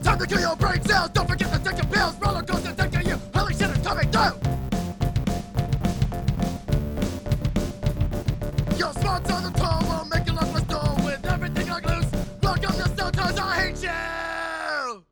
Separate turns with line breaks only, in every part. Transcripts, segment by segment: stronger to your brain cells. Don't forget to take your pills. Roller coaster taking you. Holy shit, it's coming through. Your spots on the toe will make you look like stone with everything like loose. Welcome to Stones. I hate you.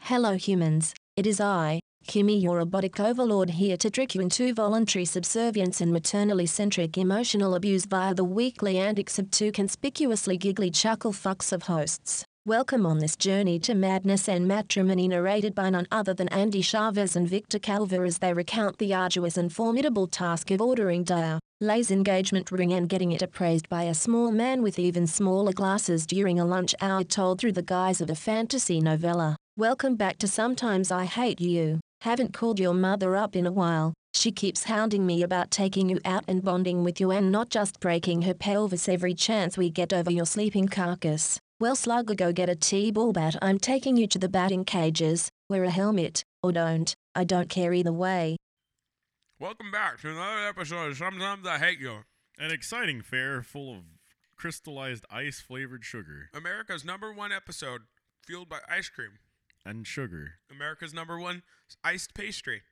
Hello, humans. It is I, Kimmy, your robotic overlord, here to trick you into voluntary subservience and maternally centric emotional abuse via the weekly antics of two conspicuously giggly chuckle fucks of hosts. Welcome on this journey to madness and matrimony, narrated by none other than Andy Chavez and Victor Calver as they recount the arduous and formidable task of ordering Dyer, Lay's engagement ring and getting it appraised by a small man with even smaller glasses during a lunch hour told through the guise of a fantasy novella. Welcome back to Sometimes I Hate You. Haven't called your mother up in a while. She keeps hounding me about taking you out and bonding with you and not just breaking her pelvis every chance we get over your sleeping carcass. Well, slugger, go get a T-ball bat. I'm taking you to the batting cages. Wear a helmet, or don't. I don't care either way.
Welcome back to another episode of Sometimes I Hate You,
An exciting fare full of crystallized ice flavored sugar
America's number one episode fueled by ice cream,
and sugar.
America's number one iced pastry.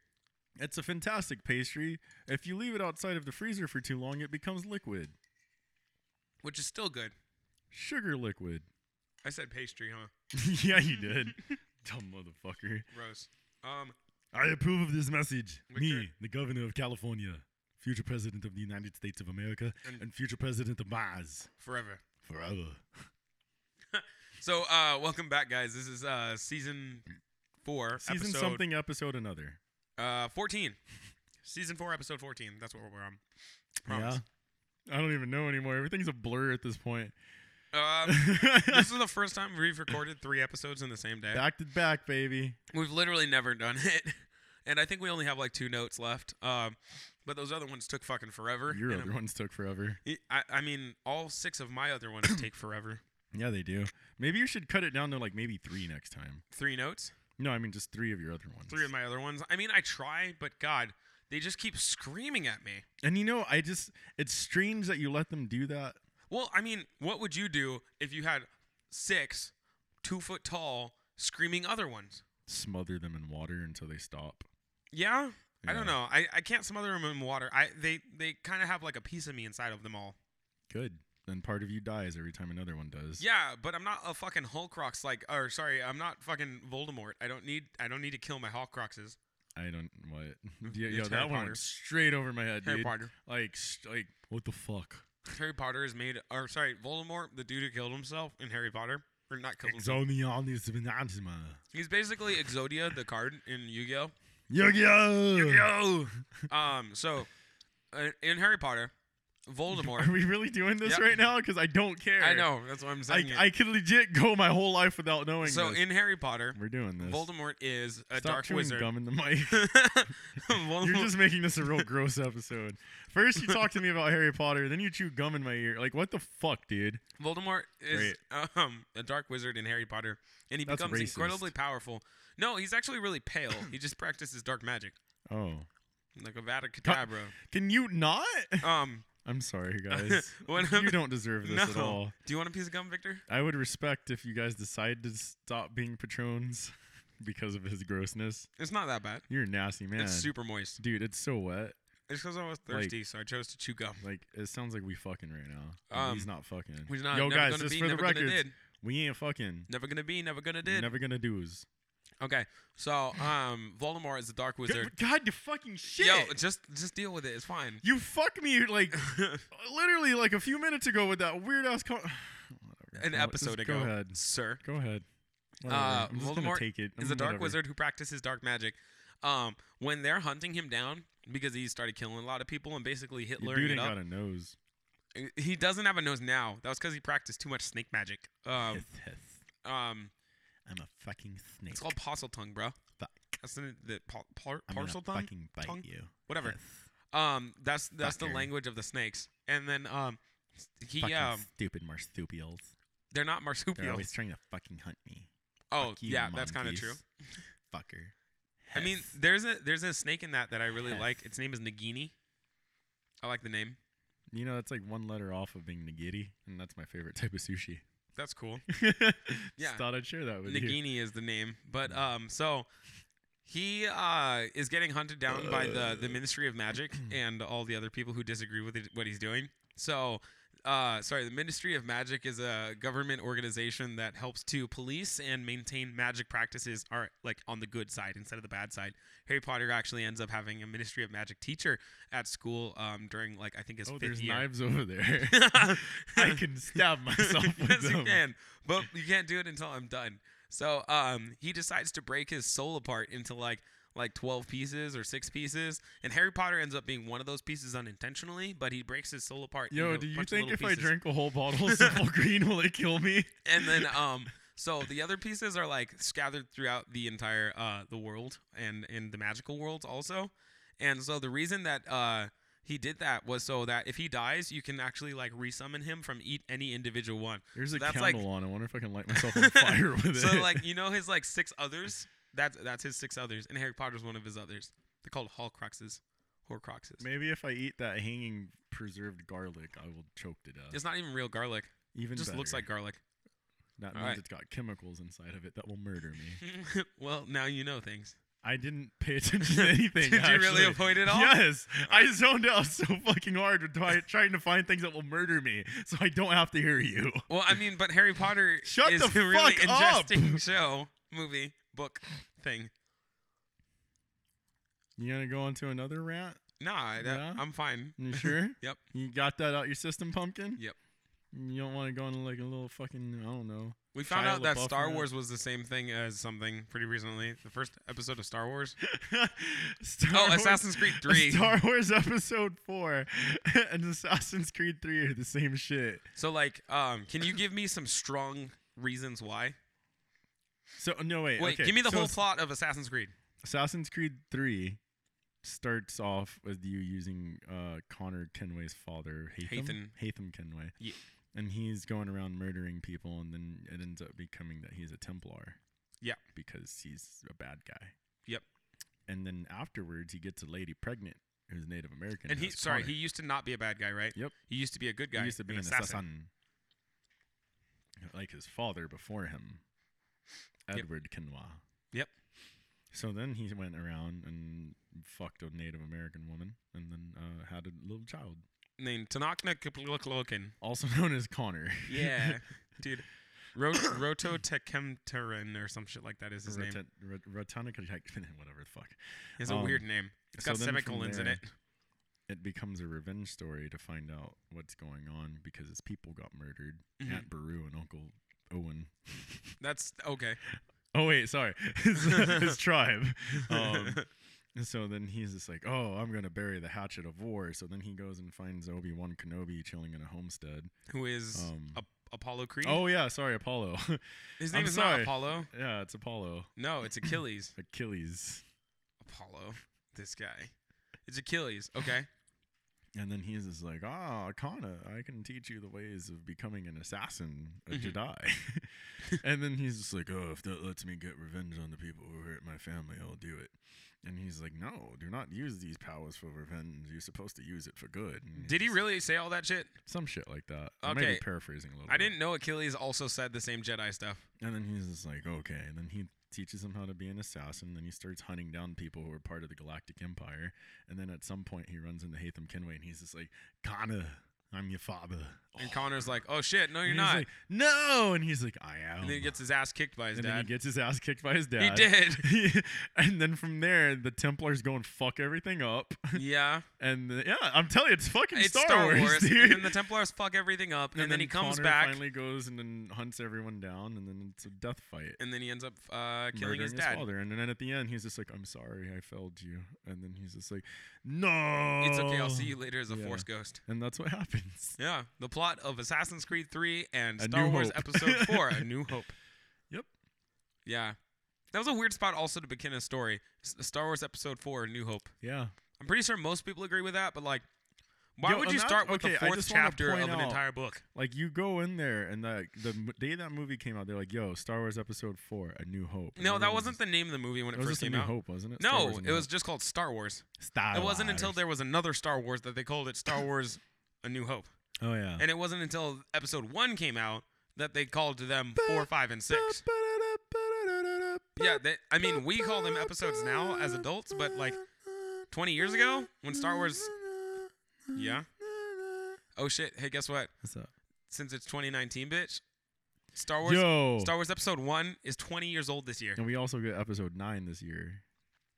It's a fantastic pastry. If you leave it outside of the freezer for too long, it becomes liquid.
Which is still good.
Sugar liquid.
I said pastry, huh?
yeah, you did. Dumb motherfucker.
Gross. Um,
I approve of this message. Me,
Victor.
the governor of California, future president of the United States of America,
And-
and, future president of Mars
forever.
forever.
So, uh, welcome back, guys. This is uh season four,
Season
episode
something, episode another.
uh fourteen, season four, episode fourteen. That's what we're on. Promise.
Yeah. I don't even know anymore. Everything's a blur at this point.
Um, this is the first time we've recorded three episodes in the same day.
back to back, baby.
We've literally never done it. And I think we only have like two notes left. Um, but those other ones took fucking forever.
Your
and
other ones took forever.
I'm- I, I mean, all six of my other ones take forever.
Yeah, they do. Maybe you should cut it down to like maybe three next time.
Three notes,
No, I mean just three of your other ones.
three of my other ones. I mean, I try, but God, they just keep screaming at me.
And you know, I just it's strange that you let them do that.
Well, I mean, what would you do if you had six, two foot tall, screaming other ones?
Smother them in water until they stop.
Yeah? I don't
Yeah.
know. I, I can't smother them in water. I they they kind of have like a piece of me inside of them all.
Good. Then part of you dies every time another one does.
Yeah, but I'm not a fucking Hulkrox like or sorry, I'm not fucking Voldemort. I don't need I don't need to kill my Hulkroxes.
I don't what.
It's
Yeah, yo,
Harry
that one
Potter.
went straight over my head,
Harry
dude.
Potter. Mm-hmm.
Like, st- like what the fuck?
Harry Potter is made or sorry, Voldemort, the dude who killed himself in Harry Potter. Or not killed himself.
Exonianis Venantima.
He's basically Exodia, the card in Yu-Gi-Oh!
Yu-Gi-Oh!
Yu-Gi-Oh! Um, so uh, in Harry Potter,
Are
Voldemort
we really doing this
Yep.
right now? Because I don't care.
I know, that's what I'm saying.
I,
it.
I could legit go my whole life without knowing
so
this.
in Harry Potter,
We're doing this.
Voldemort is a
Stop
dark
chewing
wizard.
gum in the mic.
Voldemort,
You're just making this a real gross episode. First, you talk to me about Harry Potter, then you chew gum in my ear. Like, what the fuck, dude?
Voldemort is um, a dark wizard in Harry Potter, and he
That's
becomes
racist.
incredibly powerful. No, he's actually really pale. he just practices dark magic,
Oh,
like a Vada Kedavra.
can you not?
Um,
I'm sorry, guys.
When I'm-
you don't deserve this
no.
at all.
Do you want a piece of gum, Victor?
I would respect if you guys decide to stop being patrons because of his grossness.
It's not that bad.
You're a nasty man,
It's super moist.
dude. It's so wet.
It's because I was thirsty, so I chose to chew gum.
Like it sounds like we fucking right now. and
Um,
he's not fucking.
we're not-
Yo,
never
guys,
gonna
just
be,
for the
never gonna
record,
did.
we ain't fucking.
Never gonna be, never gonna
We're
did.
Never gonna do's.
Okay, so um, Voldemort is a dark wizard.
God, you fucking shit.
Yo, just just deal with it. It's fine.
you fuck me like literally like a few minutes ago with that weird ass. Com- Whatever.
An
Well,
episode
just
ago,
Go ahead.
sir.
Go ahead. Whatever.
Uh,
I'm just gonna
Voldemort
take it.
is
Mm,
a dark
whatever.
wizard who practices dark magic. Um, when they're hunting him down because he started killing a lot of people and basically
Your
Hitler
dude
it
ain't
up. uh,
got a nose.
He doesn't have a nose now. That was because he practiced too much snake magic. Um,
Hiss, hiss.
um,
I'm a fucking snake.
it's called parcel tongue, bro.
Fuck.
That's the, the par- par-
I'm gonna
parcel tongue.
fucking bite
Tongue?
you.
Whatever.
Hiss.
Um, that's that's the
Fucker.
language of the snakes. And then um, he
Fucking
um,
stupid marsupials.
they're not
They're
marsupials.
always trying to fucking hunt me.
Oh
Fuck you,
yeah, that's kind of
monkeys.
true.
Fucker.
I mean,
Hiss.
there's a there's a snake in that that I really
Yes.
like. Its name is Nagini. I like the name.
You know, that's like one letter off of being nigiri, and that's my favorite type of sushi.
That's cool. Yeah.
Just thought I'd share that with you.
Nagini is the name. But um, so he uh, is getting hunted down by the the Ministry of Magic and all the other people who disagree with it, what he's doing. So. Uh, sorry, the Ministry of Magic is a government organization that helps to police and maintain magic practices are like on the good side instead of the bad side. Harry Potter actually ends up having a Ministry of Magic teacher at school um, during like I think his
Oh,
fifth
there's
year.
knives over there. I can stab myself with
yes, you
them.
can, but you can't do it until I'm done. So, um, he decides to break his soul apart into like like 12 pieces or six pieces, and Harry Potter ends up being one of those pieces unintentionally. But he breaks his soul apart.
Yo,
into
do
a
you
bunch of
think
little
if I
pieces.
drink a whole bottle of Simple Green, will it kill me?
And then, um, so the other pieces are like scattered throughout the entire uh the world and in the magical world also. And so the reason that uh he did that was so that if he dies, you can actually like resummon him from eat any individual one.
There's a
That's like-
candle on. I wonder if I can light myself on fire with it.
so like you know his like six others. That's that's his six others, and Harry Potter's one of his others. They're called Horcruxes. Horcruxes.
maybe if I eat that hanging preserved garlic, I will choke to death.
It's not even real garlic. It
Even
just looks
better.
like garlic.
That
All
means
right.
it's got chemicals inside of it that will murder me.
well, now you know things.
I didn't pay attention to anything.
Did you really
actually.
avoid it all?
Yes, I zoned out so fucking hard with try- trying to find things that will murder me, so I don't have to hear you.
Well, I mean, but Harry Potter
Shut
is
the
a really
fuck up!
interesting show, movie, book thing.
You gonna go on to another rant?
Nah, that,
Yeah?
I'm fine.
You sure?
Yep.
You got that out your system, pumpkin?
Yep.
You don't want to go into like a little fucking I don't know.
We found
Shia
out that
LaBeouf
Star
rant?
Wars was the same thing as something pretty recently. The first episode of Star Wars.
Star
Oh, Assassin's Creed 3.
Star Wars Episode 4 and Assassin's Creed 3 are the same shit.
So, like, um, can you give me some strong reasons why?
So, no, wait.
Wait,
okay.
give me the
so
whole
Ass-
plot of Assassin's Creed.
Assassin's Creed 3 starts off with you using uh, Connor Kenway's father, Hatham. Hatham Kenway.
Yeah.
And he's going around murdering people, and then it ends up becoming that he's a Templar.
Yeah.
Because he's a bad guy.
Yep.
And then afterwards, he gets a lady pregnant who's Native American.
And he,
that's
sorry,
Connor.
he used to not be a bad guy, right?
Yep.
He used to be a good guy.
He used to be an
assassin.
assassin. Like his father before him,
Yep.
Edward Kenwa.
Yep.
So then he went around and fucked a Native American woman and then uh, had a little child,
Named Tanakna Kiploklokin.
also known as Connor.
Yeah, dude. Ro- Roto Tekemteren or some shit like that is his name.
Rotan- Rot- Rotanica- whatever the fuck.
It's a
um,
weird name. It's
so
got
then from
semicolons in
there-
it.
It becomes a revenge story to find out what's going on because his people got murdered.
Mhm.
Aunt Beru and Uncle Owen.
That's okay.
Oh wait, sorry, his, his tribe. Um, And So then he's just like, "Oh, I'm gonna bury the hatchet of war." So then he goes and finds Obi Wan Kenobi chilling in a homestead.
Who is
um,
Ap- Apollo Creed?
Oh yeah, sorry, Apollo.
his
I'm
name is not
sorry.
Apollo.
yeah, it's Apollo,
No, it's Achilles.
Achilles.
Apollo. This guy. It's Achilles. Okay.
And then he's just like, "Ah, Akana, I can teach you the ways of becoming an assassin, a
Mhm.
Jedi." and then he's just like, "Oh, if that lets me get revenge on the people who hurt my family, I'll do it." And he's like, "No, do not use these powers for revenge. You're supposed to use it for good." And he's
Did he
just-
really say all that shit?
Some shit like that. I may
Okay.
be paraphrasing a little.
I
bit.
didn't know Achilles also said the same Jedi stuff.
And then he's just like, okay. And then he teaches him how to be an assassin. Then he starts hunting down people who are part of the Galactic Empire. And then at some point, he runs into Hatham Kenway and he's just like, Connor, I'm your father.
And
Oh.
Connor's like, "Oh shit, no, you're
And he's
not."
like, no. And he's like, I am.
and then he gets his ass kicked by his
Um, And then he
dad.
gets his ass kicked by his dad.
He did.
and then from there, the Templars go and fuck everything up.
yeah,
And the- yeah, I'm telling you, it's fucking
it's
Star, Wars, dude.
and then the Templars fuck everything up, and, then, he comes
Connor
back,
Finally goes and then hunts everyone down, and then it's a death fight.
and then he ends up uh, killing
murdering
his dad.
father. And then at the end, he's just like, "I'm sorry, I failed you." And then he's just like, "No,
it's okay, I'll see you later as a
Yeah.
Force ghost.
And that's what happens.
Yeah, the plot of Assassin's Creed 3 and
A
Star
New
Wars
Hope.
Episode 4, A New Hope.
Yep.
Yeah, that was a weird spot also to begin a story. S- Star Wars Episode 4, A New Hope.
Yeah.
I'm pretty sure most people agree with that, but like, why
Yo,
would you
imag-
start with the
okay, I
fourth
just wanna
chapter of
point
an
out-
entire book?
Like you go in there, and the the m- day that movie came out, they're like, "Yo, Star Wars Episode Four: A New Hope." And
No, that
everyone was
wasn't the name of the movie when it
just- It was
first
just a
came
New
out.
Hope, wasn't it? Star
No,
Wars A
it
New
was
Hope.
just called Star Wars.
Star
It wasn't until
Wars.
there was another Star Wars that they called it Star Wars A New Hope.
Oh yeah.
And it wasn't until episode one came out that they called to them four, five, and six. Yeah, they, I mean, we call them episodes now as adults, but like 20 years ago when Star Wars. Yeah. Oh shit! Hey, guess what?
What's up?
Since it's 2019, bitch, Star Wars.
Yo.
Star Wars Episode One is 20 years old this year.
And we also get episode nine this year.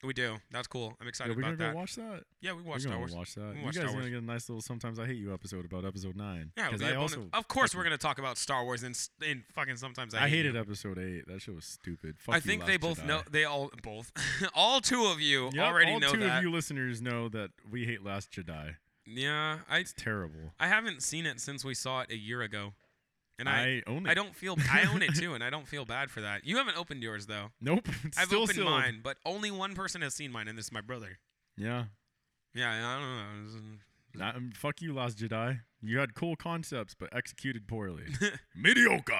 We do. That's cool. I'm
Yo,
excited
we're gonna
about that.
go watch that.
yeah, we
We're
watched Star
gonna
Wars.
watch that.
We
You
watch
guys
Star
are
Wars.
gonna get a nice little "Sometimes I Hate You" episode about episode nine.
Yeah, it'll
'Cause
be a
I
bonus-
also
of course we're
fucking-
gonna talk about Star Wars in s- in fucking sometimes I,
I hated
You.
episode eight. That shit was stupid. Fuck
I
you,
think
Last
they both
Jedi.
know. They all both, all two of you
Yep,
already
all
know
two
that.
of you listeners know that we hate Last Jedi.
Yeah, I
It's terrible.
I haven't seen it since we saw it a year ago, and I
I, own it.
I don't feel I own it too, and I don't feel bad for that. You haven't opened yours though.
Nope. It's
I've
still
opened
sealed.
mine, but only one person has seen mine, and this is my brother.
Yeah.
Yeah, I don't know. This is-
Nah, um, fuck you, Last Jedi. You had cool concepts, but executed poorly. Mediocre.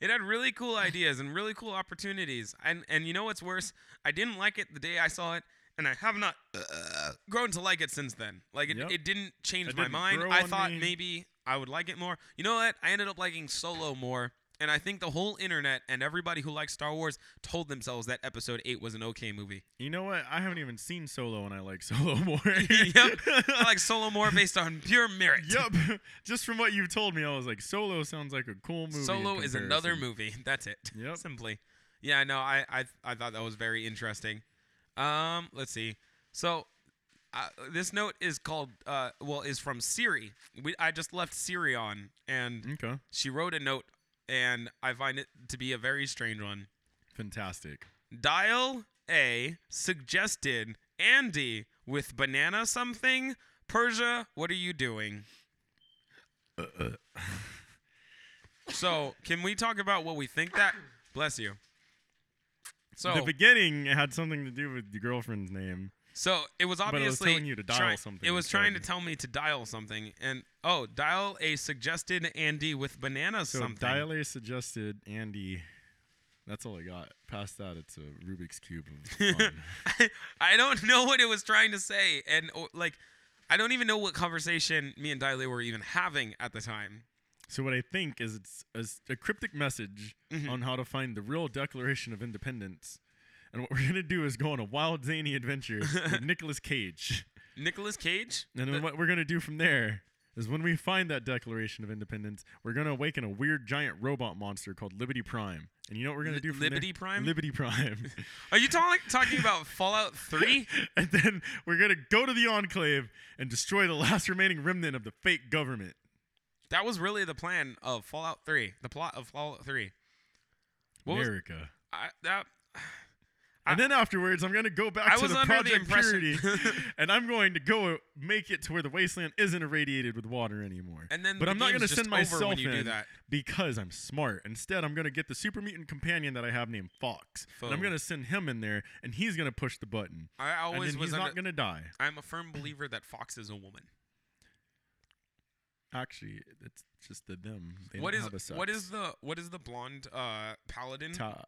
it had really cool ideas and really cool opportunities. And and you know what's worse? I didn't like it the day I saw it, and I have not uh, grown to like it since then. Like it,
Yep.
it didn't change
It
my
didn't
mind.
grow
I
on
thought
me.
maybe I would like it more. You know what? I ended up liking Solo more. And I think the whole internet and everybody who likes Star Wars told themselves that episode 8 was an okay movie.
You know what? I haven't even seen Solo, and I like Solo more.
yep. I like Solo more based on pure merit.
Yep. Just from what you told me, I was like, Solo sounds like a cool movie. in
Solo is another
comparison.
movie. That's it.
Yep.
Simply. Yeah, no, I, I I thought that was very interesting. Um, let's see. So uh, this note is called uh, well is from Siri. We I just left Siri on and
Okay.
she wrote a note and I find it to be a very strange one.
Fantastic.
Dial A suggested Andy with banana something. Persia, what are you doing?
Uh,
so, can we talk about what we think that? Bless you.
the
So,
beginning had something to do with your girlfriend's name.
so it was
it was
obviously
telling you to dial
try-
something
It was trying to
instead.
tell me to dial something, and oh, dial a suggested Andy with banana
So
something.
Dial A suggested Andy. That's all I got. Past that, it's a Rubik's cube of fun.
I don't know what it was trying to say, and or, like, I don't even know what conversation me and Diley were even having at the time.
so what I think is it's a, s- a cryptic message
Mm-hmm.
on how to find the real Declaration of Independence. And what we're gonna do is go on a wild zany adventure with Nicolas Cage.
Nicolas Cage.
And then what we're gonna do from there is when we find that Declaration of Independence, we're gonna awaken a weird giant robot monster called Liberty Prime. And you know what we're gonna
Li-
do from
Liberty
there?
Prime?
Liberty Prime.
Are you talking talking about Fallout Three?
and then we're gonna go to the Enclave and destroy the last remaining remnant of the fake government.
That was really the plan of Fallout Three. The plot of Fallout Three. What was
America.
I, that?
and then afterwards, I'm gonna go back
I
to
was
the
under the
Project
impression-
Purity, and I'm going to go make it to where the wasteland isn't irradiated with water anymore.
And then
but
the
I'm not
game's
gonna
just
send
over when
myself
you do
in
that.
because I'm smart. Instead, I'm gonna get the super mutant companion that I have named Fox, and I'm
Foe.
gonna send him in there, and he's gonna push the button,
I always
and then
was.
he's
Under,
not gonna die.
I'm a firm believer that Fox is a woman.
Actually, it's just the them. They
What
don't
is
have a
what
sex.
is the what is the blonde uh, paladin?
Ta-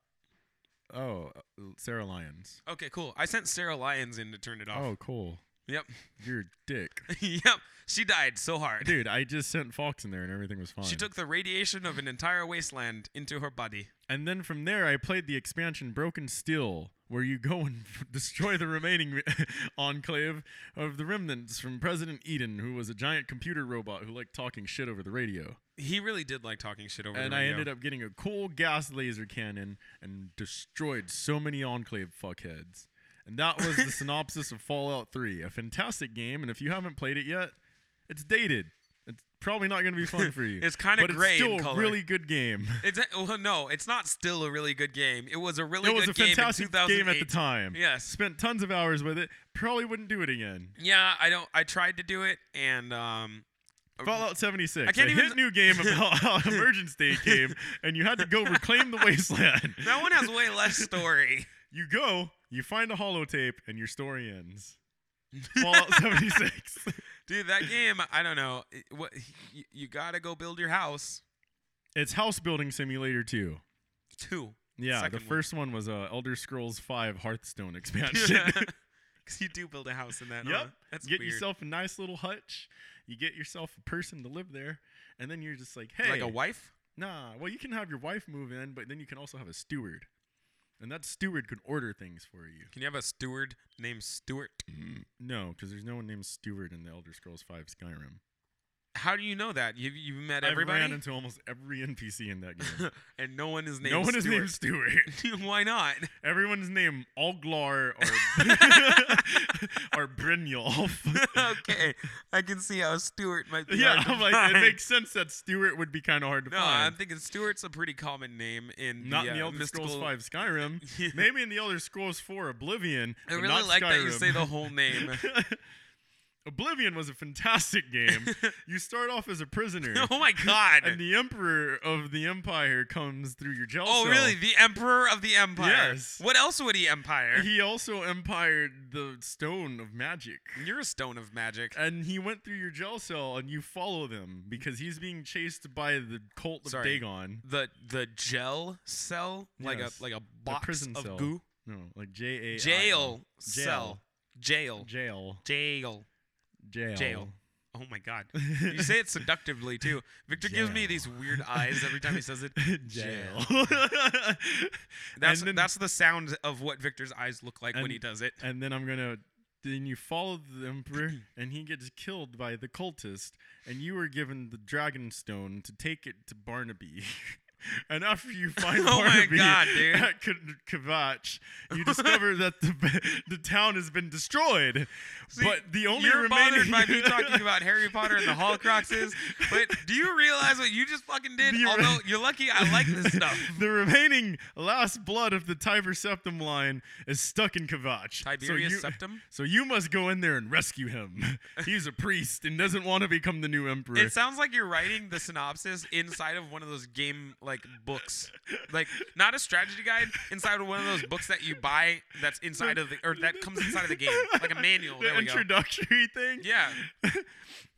oh, uh, Sarah Lyons.
Okay, cool. I sent Sarah Lyons in to turn it off.
Oh, cool.
Yep,
You're a dick.
yep. She died so hard.
Dude, I just sent Fox in there and everything was fine.
She took the radiation of an entire wasteland into her body.
and then from there, I played the expansion Broken Steel, where you go and destroy the remaining enclave of the remnants from President Eden, who was a giant computer robot who liked talking shit over the radio.
He really did like talking shit over
and
the
I
radio.
ended up getting a cool gas laser cannon and destroyed so many Enclave fuckheads. And that was the synopsis of Fallout 3, a fantastic game. And if you haven't played it yet, it's dated. It's probably not going to be fun for you.
It's kinda
but
gray in
It's still
color.
a really good game.
It's a, well, no, it's not still a really good game. It was a really
it was
good
a
game
fantastic
in 2008.
game at the time.
Yes.
Spent tons of hours with it. Probably wouldn't do it again.
Yeah, I don't. I tried to do it, and um,
Fallout 76.
I can't
a
even-
hit new game about how Emergence Day came, and you had to go reclaim the wasteland.
that one has way less story.
You go, you find a holotape, and your story ends. Fallout 76.
Dude, that game, I don't know. It- what you, you gotta go build your house.
It's House Building Simulator 2.
Two.
Yeah,
Second
the
one.
first one, was uh, Elder Scrolls 5 Hearthstone expansion.
Because you do build a house in that. huh?
yep.
That's
get
weird.
yourself a nice little hutch. You get yourself a person to live there, and then you're just like, hey,
like a wife.
Nah, well, you can have your wife move in, but then you can also have a steward. And that steward could order things for you.
Can you have a steward named Stuart?
No, because there's no one named Steward in the Elder Scrolls V Skyrim.
How do you know that? You've, you've met
I
everybody,
ran into almost every NPC in that game.
and no one is named.
no one
Stuart.
is named Steward.
Why not?
Everyone's named Alglar or or Brynjolf.
okay, I can see how Stuart might be.
yeah,
hard to
I'm like,
find.
it makes sense that Stewart would be kind of hard to
No, I'm
find.
thinking Stuart's a pretty common name in
not
the,
in the
uh,
Elder
mystical.
Scrolls Five Skyrim. Maybe in the Elder Scrolls Four Oblivion.
I
but
really
not
like that you
Skyrim.
say the whole name.
Oblivion was a fantastic game. you start off as a prisoner.
oh my
And
god!
the emperor of the empire comes through your jail
Oh
cell.
really? The Emperor of the Empire.
Yes.
What else would he empire?
He also empired the stone of magic.
You're a stone of magic.
And he went through your jail cell, and you follow them because he's being chased by the cult of
Sorry.
Dagon.
The the gel cell, like a
Yes.
like a
The
box
prison
of
cell.
goo.
No, like J A. I L.
Jail
Jail.
cell. Jail.
Jail.
Jail.
Jail.
Jail. Oh my god. You say it seductively too. Victor gives me
Jail.
these weird eyes every time he says it.
Jail.
That's
And then-
that's the sound of what Victor's eyes look like when
And-
he does it.
and then I'm gonna. Then you follow the emperor, and he gets killed by the cultist, and you are given the dragon stone to take it to Barnaby. and after you find
Oh my
Barnaby
God, dude.
at K- Kvatch, you discover that the the town has been destroyed.
See,
but the only
You're bothered
remaining
by me talking about Harry Potter and the Horcruxes, but do you realize what you just fucking did?
The-
Although you're lucky, I like this stuff.
the remaining last blood of the Tiber Septum line is stuck in Kvatch. So
Tiberius
you-
Septum.
So you must go in there and rescue him. He's a priest and doesn't want to become the new emperor.
It sounds like you're writing the synopsis inside of one of those game like books, like not a strategy guide, inside of one of those books that you buy that's inside of the or that comes inside of the game, like a manual. There
the
we go.
introductory thing.
Yeah,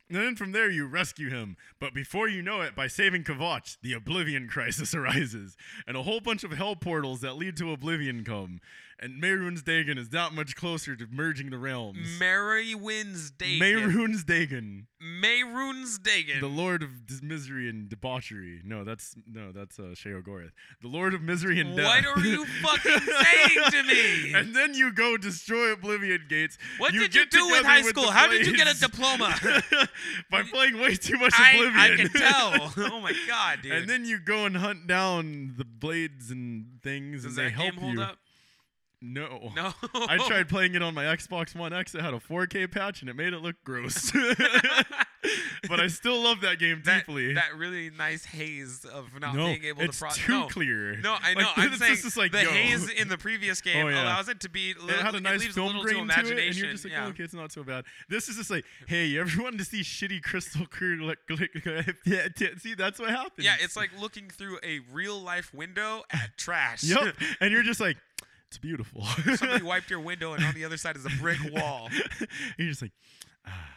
And then from there you rescue him. But before you know it, by saving Kavach, the Oblivion Crisis arises, and a whole bunch of hell portals that lead to Oblivion come. And Mehrunes Dagon is that much closer to merging the realms.
Mary wins Dagon.
Mehrunes Dagon,
Mehrunes Dagon.
the Lord of dis- Misery and Debauchery. No, that's no, that's uh, Sheogorath. The Lord of Misery and Death.
What are you fucking saying to me?
And then you go destroy Oblivion Gates.
What did you
get
do with
together
high
the
school? How did you get a
Blades
diploma?
By playing way too much
I,
Oblivion.
I can tell. Oh my god, dude.
and then you go and hunt down the blades and things,
does
and they
that
help
game hold
you.
up?
No.
No.
I tried playing it on my Xbox One X. It had a 4K patch, and it made it look gross. but I still love that game
that,
deeply.
that really nice haze of not
no,
being able
it's
to pro-
too
no.
clear.
No, I
Like,
know. I'm
it's
saying
just like,
the
yo.
haze in the previous game
Oh, yeah.
allows it to be. Li-
it had a nice
leaves
film
little
grain
to
to,
imagination.
it, and you're just like,
yeah.
oh, okay, it's not so bad. This is just like, hey, everyone to see shitty crystal clear, like, see, that's what happens.
yeah, it's like looking through a real life window at trash.
yep, and you're just like, it's beautiful.
Somebody wiped your window, and on the other side is a brick wall.
And you're just like, ah,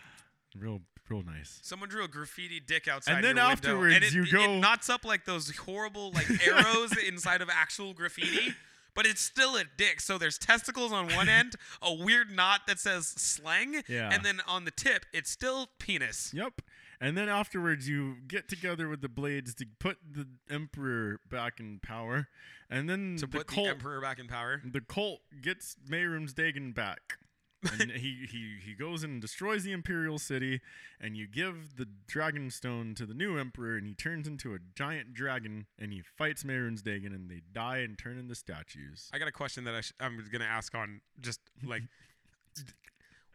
real, real nice.
Someone drew a graffiti dick outside.
then
your window,
afterwards
and it,
you
it
go-
knots up like those horrible like arrows inside of actual graffiti, but it's still a dick. So there's testicles on one end, a weird knot that says slang,
Yeah.
and then on the tip it's still penis.
Yep. And then afterwards, you get together with the blades to put the emperor back in power, and then
To
the
put
cult,
the emperor back in power.
the cult gets Mayroom's Dagon back. and he, he, he goes and destroys the Imperial City, and you give the Dragon Stone to the new Emperor, and he turns into a giant dragon, and he fights Mehrunes Dagon, and they die and turn into statues.
I got a question that I sh- I'm going to ask on just like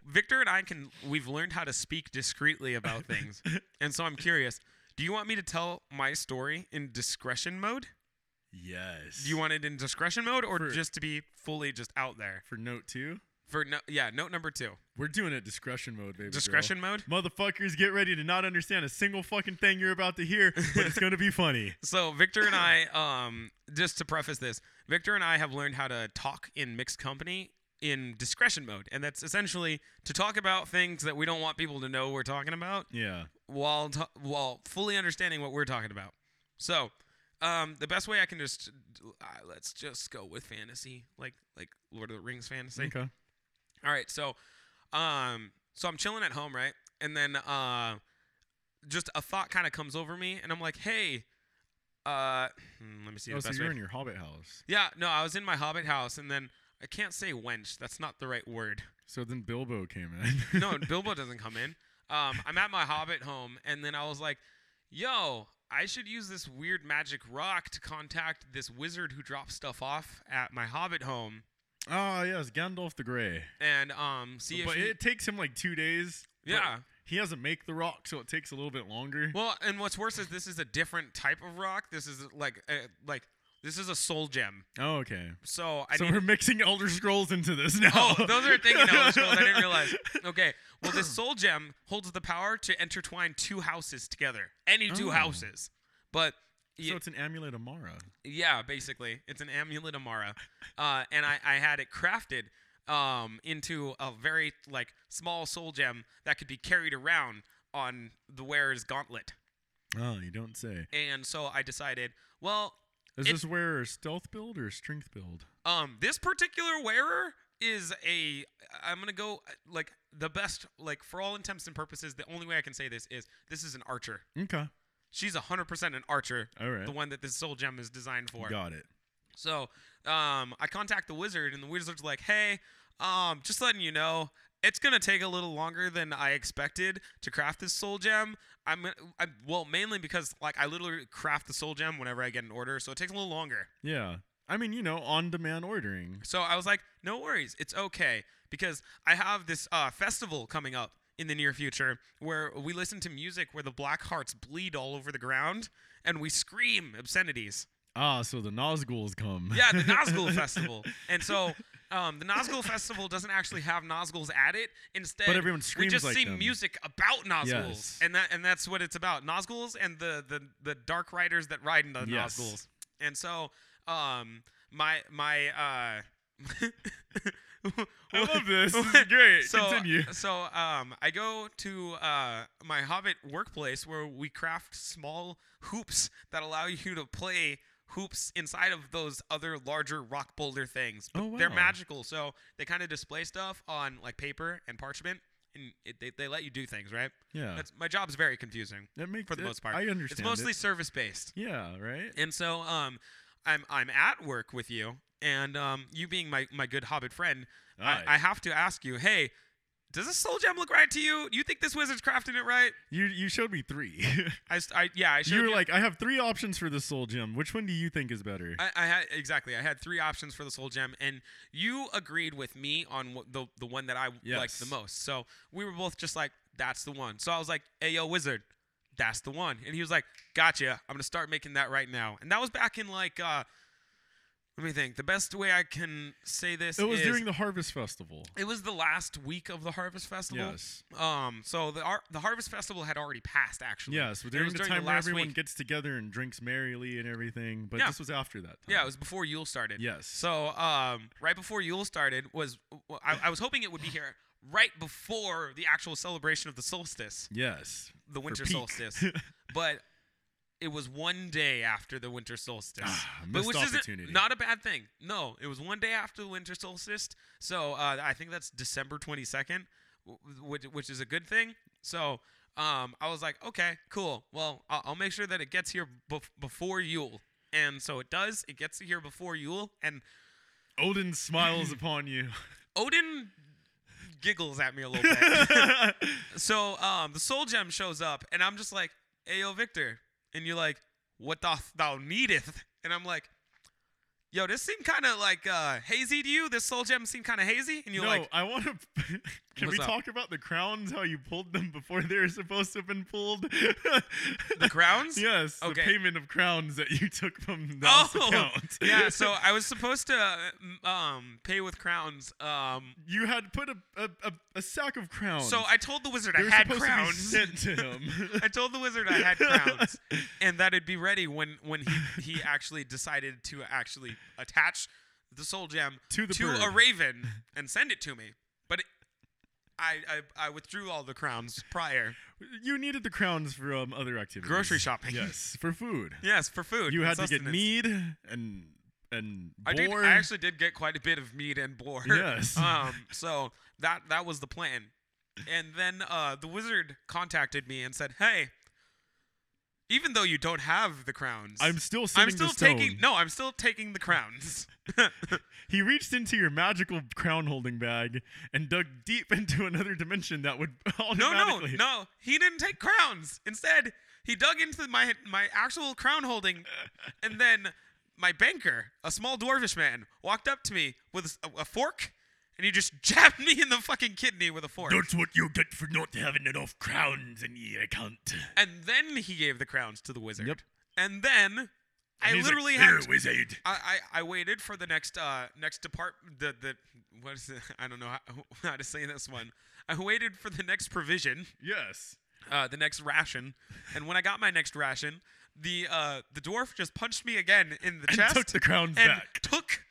Victor and I can we've learned how to speak discreetly about things. and so I'm curious, do you want me to tell my story in discretion mode?
Yes.
Do you want it in discretion mode or
For-
just to be fully just out there?
for note two?
For no, yeah, note number 2.
We're doing it discretion mode, baby. girl.
Discretion mode?
Motherfuckers, get ready to not understand a single fucking thing you're about to hear, but it's gonna be funny.
So Victor and I, um, just to preface this, Victor and I have learned how to talk in mixed company in discretion mode, and that's essentially to talk about things that we don't want people to know we're talking about,
Yeah.
while t- while fully understanding what we're talking about. So, um, the best way I can just uh, let's just go with fantasy, like like Lord of the Rings fantasy.
Okay.
All right, so um so I'm chilling at home, right? And then uh just a thought kind of comes over me and I'm like, "Hey, Uh, hmm, let me see.
oh,
the
so
best
you're
way.
in your Hobbit house.
yeah, no, I was in my Hobbit house, and then I can't say wench. That's not the right word.
So then Bilbo came in.
No, Bilbo doesn't come in. Um, I'm at my Hobbit home, and then I was like, "Yo, I should use this weird magic rock to contact this wizard who drops stuff off at my Hobbit home,
oh yes, Gandalf the Grey.
and um, see if
but
he-
it takes him like two days. but
Yeah.
He doesn't make the rock, so it takes a little bit longer.
Well, and what's worse is this is a different type of rock. This is like a, like this is a soul gem.
oh, okay.
So I
so
need.
we're mixing Elder Scrolls into this now.
Oh, those are thinking Elder Scrolls. I didn't realize. Okay, well, this soul gem holds the power to intertwine two houses together, any two
Oh.
houses. But
So
yeah,
it's an amulet Amara.
yeah, basically, it's an amulet Amara, uh, and I, I had it crafted um, into a very like small soul gem that could be carried around on the wearer's gauntlet.
Oh, you don't say.
And so I decided, well,
Is
It-
this where stealth build or strength build?
Um, this particular wearer is a. I'm gonna go uh, like the best, like for all intents and purposes. The only way I can say this is this is an archer.
Okay.
She's hundred percent an archer.
All right.
The one that this soul gem is designed for.
Got it.
So, um, I contact the wizard, and the wizard's like, "Hey, um, just letting you know, it's gonna take a little longer than I expected to craft this soul gem. I'm, gonna- I, well, mainly because like I literally craft the soul gem whenever I get an order, so it takes a little longer.
Yeah. I mean, you know, on demand ordering.
So I was like, no worries, it's okay because I have this uh, festival coming up in the near future where we listen to music where the black hearts bleed all over the ground and we scream obscenities.
Ah, so the Nazguls come.
Yeah, the Nazgul Festival. And so um, the Nazgul Festival doesn't actually have Nazguls at it. Instead,
But everyone
we
screams
just
like
see
them.
music about Nazguls,
Yes.
and that and that's what it's about. Nazguls and the the the dark riders that ride in the
Yes.
Nazguls. And so, um, my my uh.
I love this. This is great.
So,
Continue.
so um, I go to uh, my Hobbit workplace where we craft small hoops that allow you to play hoops inside of those other larger rock boulder things. But
Oh,
They're
wow.
magical, so they kind of display stuff on like paper and parchment, and it, they, they let you do things, right?
Yeah.
That's my job's very confusing
that makes
for the
it-
most part.
I understand.
It's mostly
it.
service based.
Yeah, right?
And so um, I'm I'm at work with you, and um, you being my, my good hobbit friend, I,
Aye.
I have to ask you, hey, does this soul gem look right to you? Do you think this wizard's crafting it right?
You you showed me three.
I, s- I- yeah, I showed
you were like, I have three options for this soul gem. Which one do you think is better?
I, I had exactly. I had three options for the soul gem, and you agreed with me on wh- the the one that I liked the
Yes.
most. So we were both just like, "That's the one." So I was like, "Hey, yo, wizard, that's the one." And he was like, "Gotcha. I'm gonna start making that right now." And that was back in like, uh, let me think. The best way I can say this
it was
is-
during the Harvest Festival.
it was the last week of the Harvest Festival.
Yes.
Um. So the Har- the Harvest Festival had already passed, actually.
Yes,
It
but during,
was
the time where
last
everyone
week.
gets together and drinks merrily and everything. But
Yeah.
this was after that time.
Yeah, it was before Yule started.
Yes.
So um, right before Yule started was well, I, I was hoping it would be here right before the actual celebration of the solstice,
yes.
the
for
winter
peak.
solstice, but it was one day after the winter solstice.
Ah,
but
missed
which
opportunity.
isn't not a bad thing. No, it was one day after the winter solstice. So uh, I think that's December twenty second, which which is a good thing. So. Um, I was like, okay, cool. Well, I'll, I'll make sure that it gets here bef- before Yule, and so it does. It gets here before Yule, and
Odin smiles upon you.
Odin giggles at me a little bit. so um, the soul gem shows up, and I'm just like, "Hey, yo, Victor," and you're like, "What doth thou needeth?" And I'm like, "Yo, this seemed kind of like uh, hazy to you. This soul gem seemed kind of hazy." And you're
no,
like,
I want to. Can
What's
we
up?
talk about the crowns? How you pulled them before they were supposed to have been pulled?
"The crowns?"
yes,
Okay.
the payment of crowns that you took from the house
Oh,
account.
yeah. So I was supposed to uh, um, pay with crowns. Um,
you had put a a, a, a sack of crowns.
so I told the wizard
they were
I had
supposed
crowns.
to be sent to him.
I told the wizard I had crowns, and that it'd be ready when when he he actually decided to actually attach the soul gem
To the
to a
bird.
raven and send it to me. But it, I, I I withdrew all the crowns prior.
you needed the crowns for um, other activities.
Grocery shopping.
Yes, for food.
Yes, for food.
You
and
had to get
sustenance.
mead and and
I did.
boar.
I actually did get quite a bit of meat and boar.
Yes.
Um. So that that was the plan, and then uh, the wizard contacted me and said, "Hey, even though you don't have the crowns.
I'm still sitting
I'm still
the stone.
taking no, I'm still taking the crowns.
He reached into your magical crown holding bag and dug deep into another dimension that would
no, no,
automatically.
no. He didn't take crowns. Instead, he dug into my my actual crown holding, and then my banker, a small dwarfish man, walked up to me with a, a fork, and he just jabbed me in the fucking kidney with a fork.
That's what you get for not having enough crowns in your account.
And then he gave the crowns to the wizard.
Yep.
And then I literally had. to-
wizard.
I, I, I waited for the next uh next depart the the what is it? I don't know how, how to say this one. I waited for the next provision.
Yes.
uh, the next ration, and when I got my next ration, the uh, the dwarf just punched me again in the
And
chest
took the crowns
and
back.
took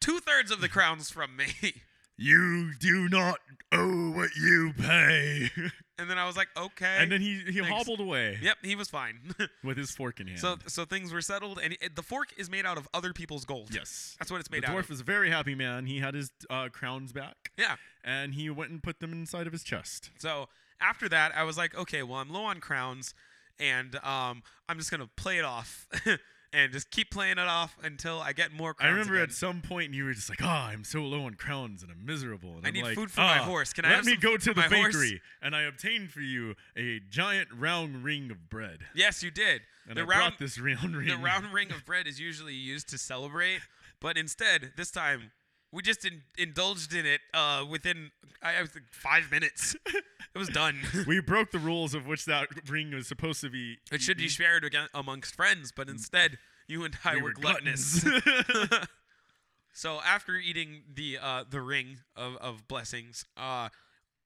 two thirds of the crowns from me.
You do not owe what you pay.
And then I was like, okay.
and then he, he
Thanks.
hobbled away
yep, he was fine.
with his fork in hand.
so so things were settled, and it, the fork is made out of other people's gold.
yes.
that's what it's
The
made out
dwarf
of.
is a very happy man. He had his uh, crowns back
Yeah.
and he went and put them inside of his chest.
So after that, I was like, okay, well, I'm low on crowns, and um, I'm just gonna play it off. And just keep playing it off until I get more
I
crowns.
remember
again.
at some point you were just like, "Ah, I'm so low on crowns and I'm miserable." And
I
am
need
like,
food for my
"Ah,
horse. Can I
let
have
me
some
go
food
to
for
the
my horse?"
bakery and I obtained for you a giant round ring of bread."
Yes, you did.
And
the
I
round
brought this round ring.
the round ring of bread is usually used to celebrate, but instead this time we just in, indulged in it uh, within I, I was like, five minutes. It was done.
we broke the rules of which that ring was supposed to be.
it should be shared again amongst friends, but instead you and I
Mm-hmm. Mm. We
were,
were
gluttonous.
gluttons.
so after eating the uh, the ring of, of blessings, uh,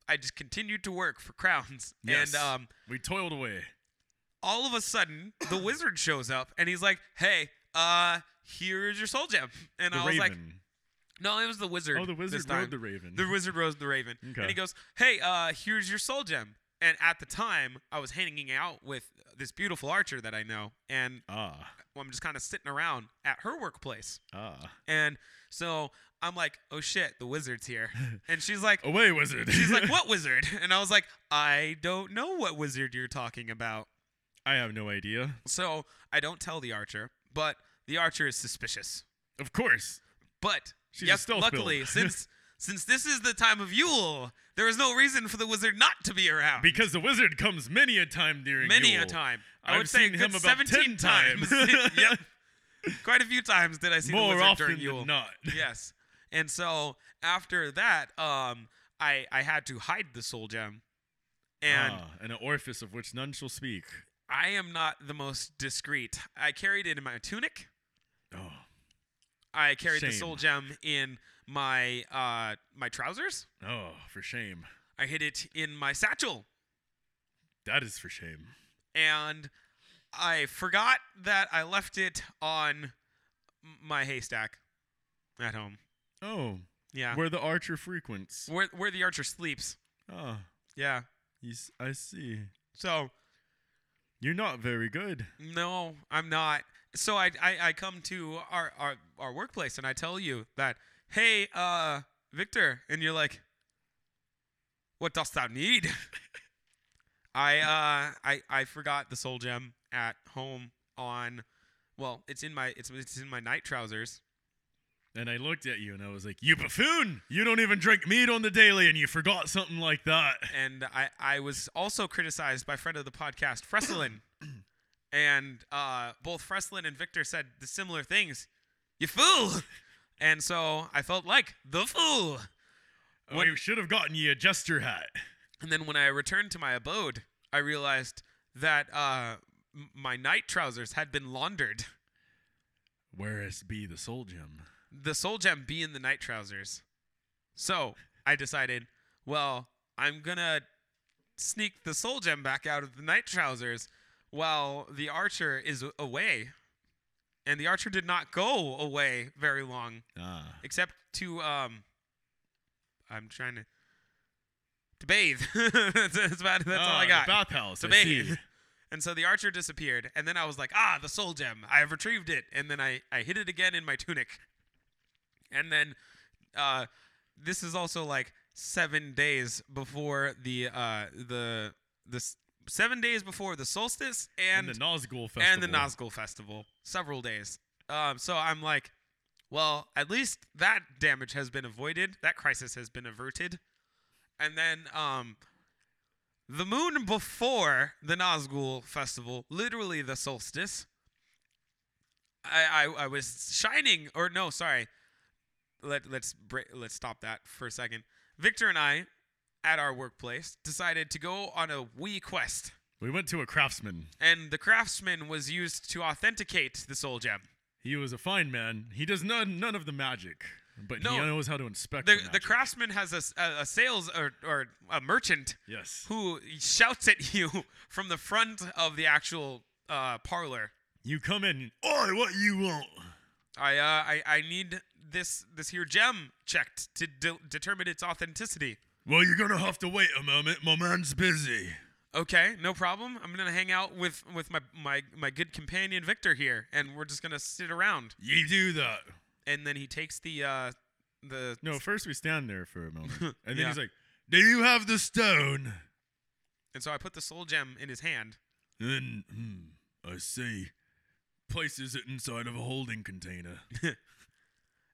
I just continued to work for crowns,
Yes.
and um,
we toiled away.
all of a sudden the wizard shows up and he's like, "Hey, uh, here's your soul gem," and
The
I was like.
raven.
No, it was the wizard.
oh, the
this
wizard
time.
rode the raven.
The wizard rode the raven,
Okay.
and he goes, "Hey, uh, here's your soul gem." And at the time, I was hanging out with this beautiful archer that I know, and
ah,
I'm just kind of sitting around at her workplace.
ah,
And so I'm like, "Oh shit, the wizard's here," and she's like,
away wizard.
"She's like, what wizard?" And I was like, "I don't know what wizard you're talking about."
I have no idea.
So I don't tell the archer, but the archer is suspicious.
Of course.
But
She's a
yes,
stealth
luckily,
build.
since since this is the time of Yule, there is no reason for the wizard not to be around.
Because the wizard comes many a time during
many a
Yule.
time, I
I've
would say a
seen him
good
about
17
10
times.
times.
yep, quite a few times did I see the
More
wizard
often
during
than
Yule.
not.
Yes, and so after that, um, I I had to hide the soul gem, and
Ah, and an orifice of which none shall speak.
I am not the most discreet. I carried it in my tunic.
Oh,
I carried the
Shame.
soul gem in my uh my trousers.
oh, for shame.
I hid it in my satchel.
That is for shame.
and I forgot that I left it on m- my haystack at home.
Oh,
Yeah, where
where the archer frequents.
where, the archer sleeps.
Ah,
Yeah.
you s- I see.
So
You're not very good.
no, I'm not. So I I, I come to our, our our workplace and I tell you that hey, uh, Victor, and you're like, what dost thou need? I uh I I forgot the soul gem at home on, well, it's in my it's it's in my night trousers.
And I looked at you and I was like, You buffoon! You don't even drink meat on the daily and you forgot something like that.
and I, I was also criticized by friend of the podcast Fresselin, and uh, both Fresselin and Victor said the similar things. You fool! And so I felt like the fool.
Oh,
What-
you should have gotten you a jester hat.
And then when I returned to my abode, I realized that uh, m- my night trousers had been laundered.
Whereas be the soul gem.
The soul gem be in the night trousers. So I decided, well, I'm gonna sneak the soul gem back out of the night trousers while the archer is a- away. And the archer did not go away very long,
Ah.
except to um. I'm trying to to bathe. that's, that's about that's all
Ah,
I
the
got.
bathhouse.
to
I
bathe.
see.
And so the archer disappeared, and then I was like, ah, the soul gem. I have retrieved it. And then I, I hid it again in my tunic. And then uh, this is also like seven days before the uh, the this seven days before the solstice
And,
and
the Nazgul Festival.
and the Nazgul Festival, several days. Um, so I'm like, well, at least that damage has been avoided. That crisis has been averted. And then um, the moon before the Nazgul Festival, literally the solstice, I, I, I was shining, or no, sorry. Let, let's break, let's stop that for a second. Victor and I, at our workplace, decided to go on a wee quest
We went to a craftsman.
and the craftsman was used to authenticate the soul gem.
He was a fine man. He does none none of the magic, but he
No.
knows how to inspect
The,
the, magic.
the craftsman has a, s- a- a sales or, or a merchant
Yes.
who shouts at you from the front of the actual uh, parlor.
You come in. Oi, what you want?
I, uh, I I need this this here gem checked to de- determine its authenticity.
Well, you're gonna have to wait a moment. My man's busy.
Okay, no problem. I'm gonna hang out with with my my my good companion Victor here, and we're just gonna sit around.
You do that.
And then he takes the uh, the
No, first we stand there for a moment, and then
Yeah.
he's like, "Do you have the stone?"
and so I put the soul gem in his hand.
And then hmm, I see. Places it inside of a holding container.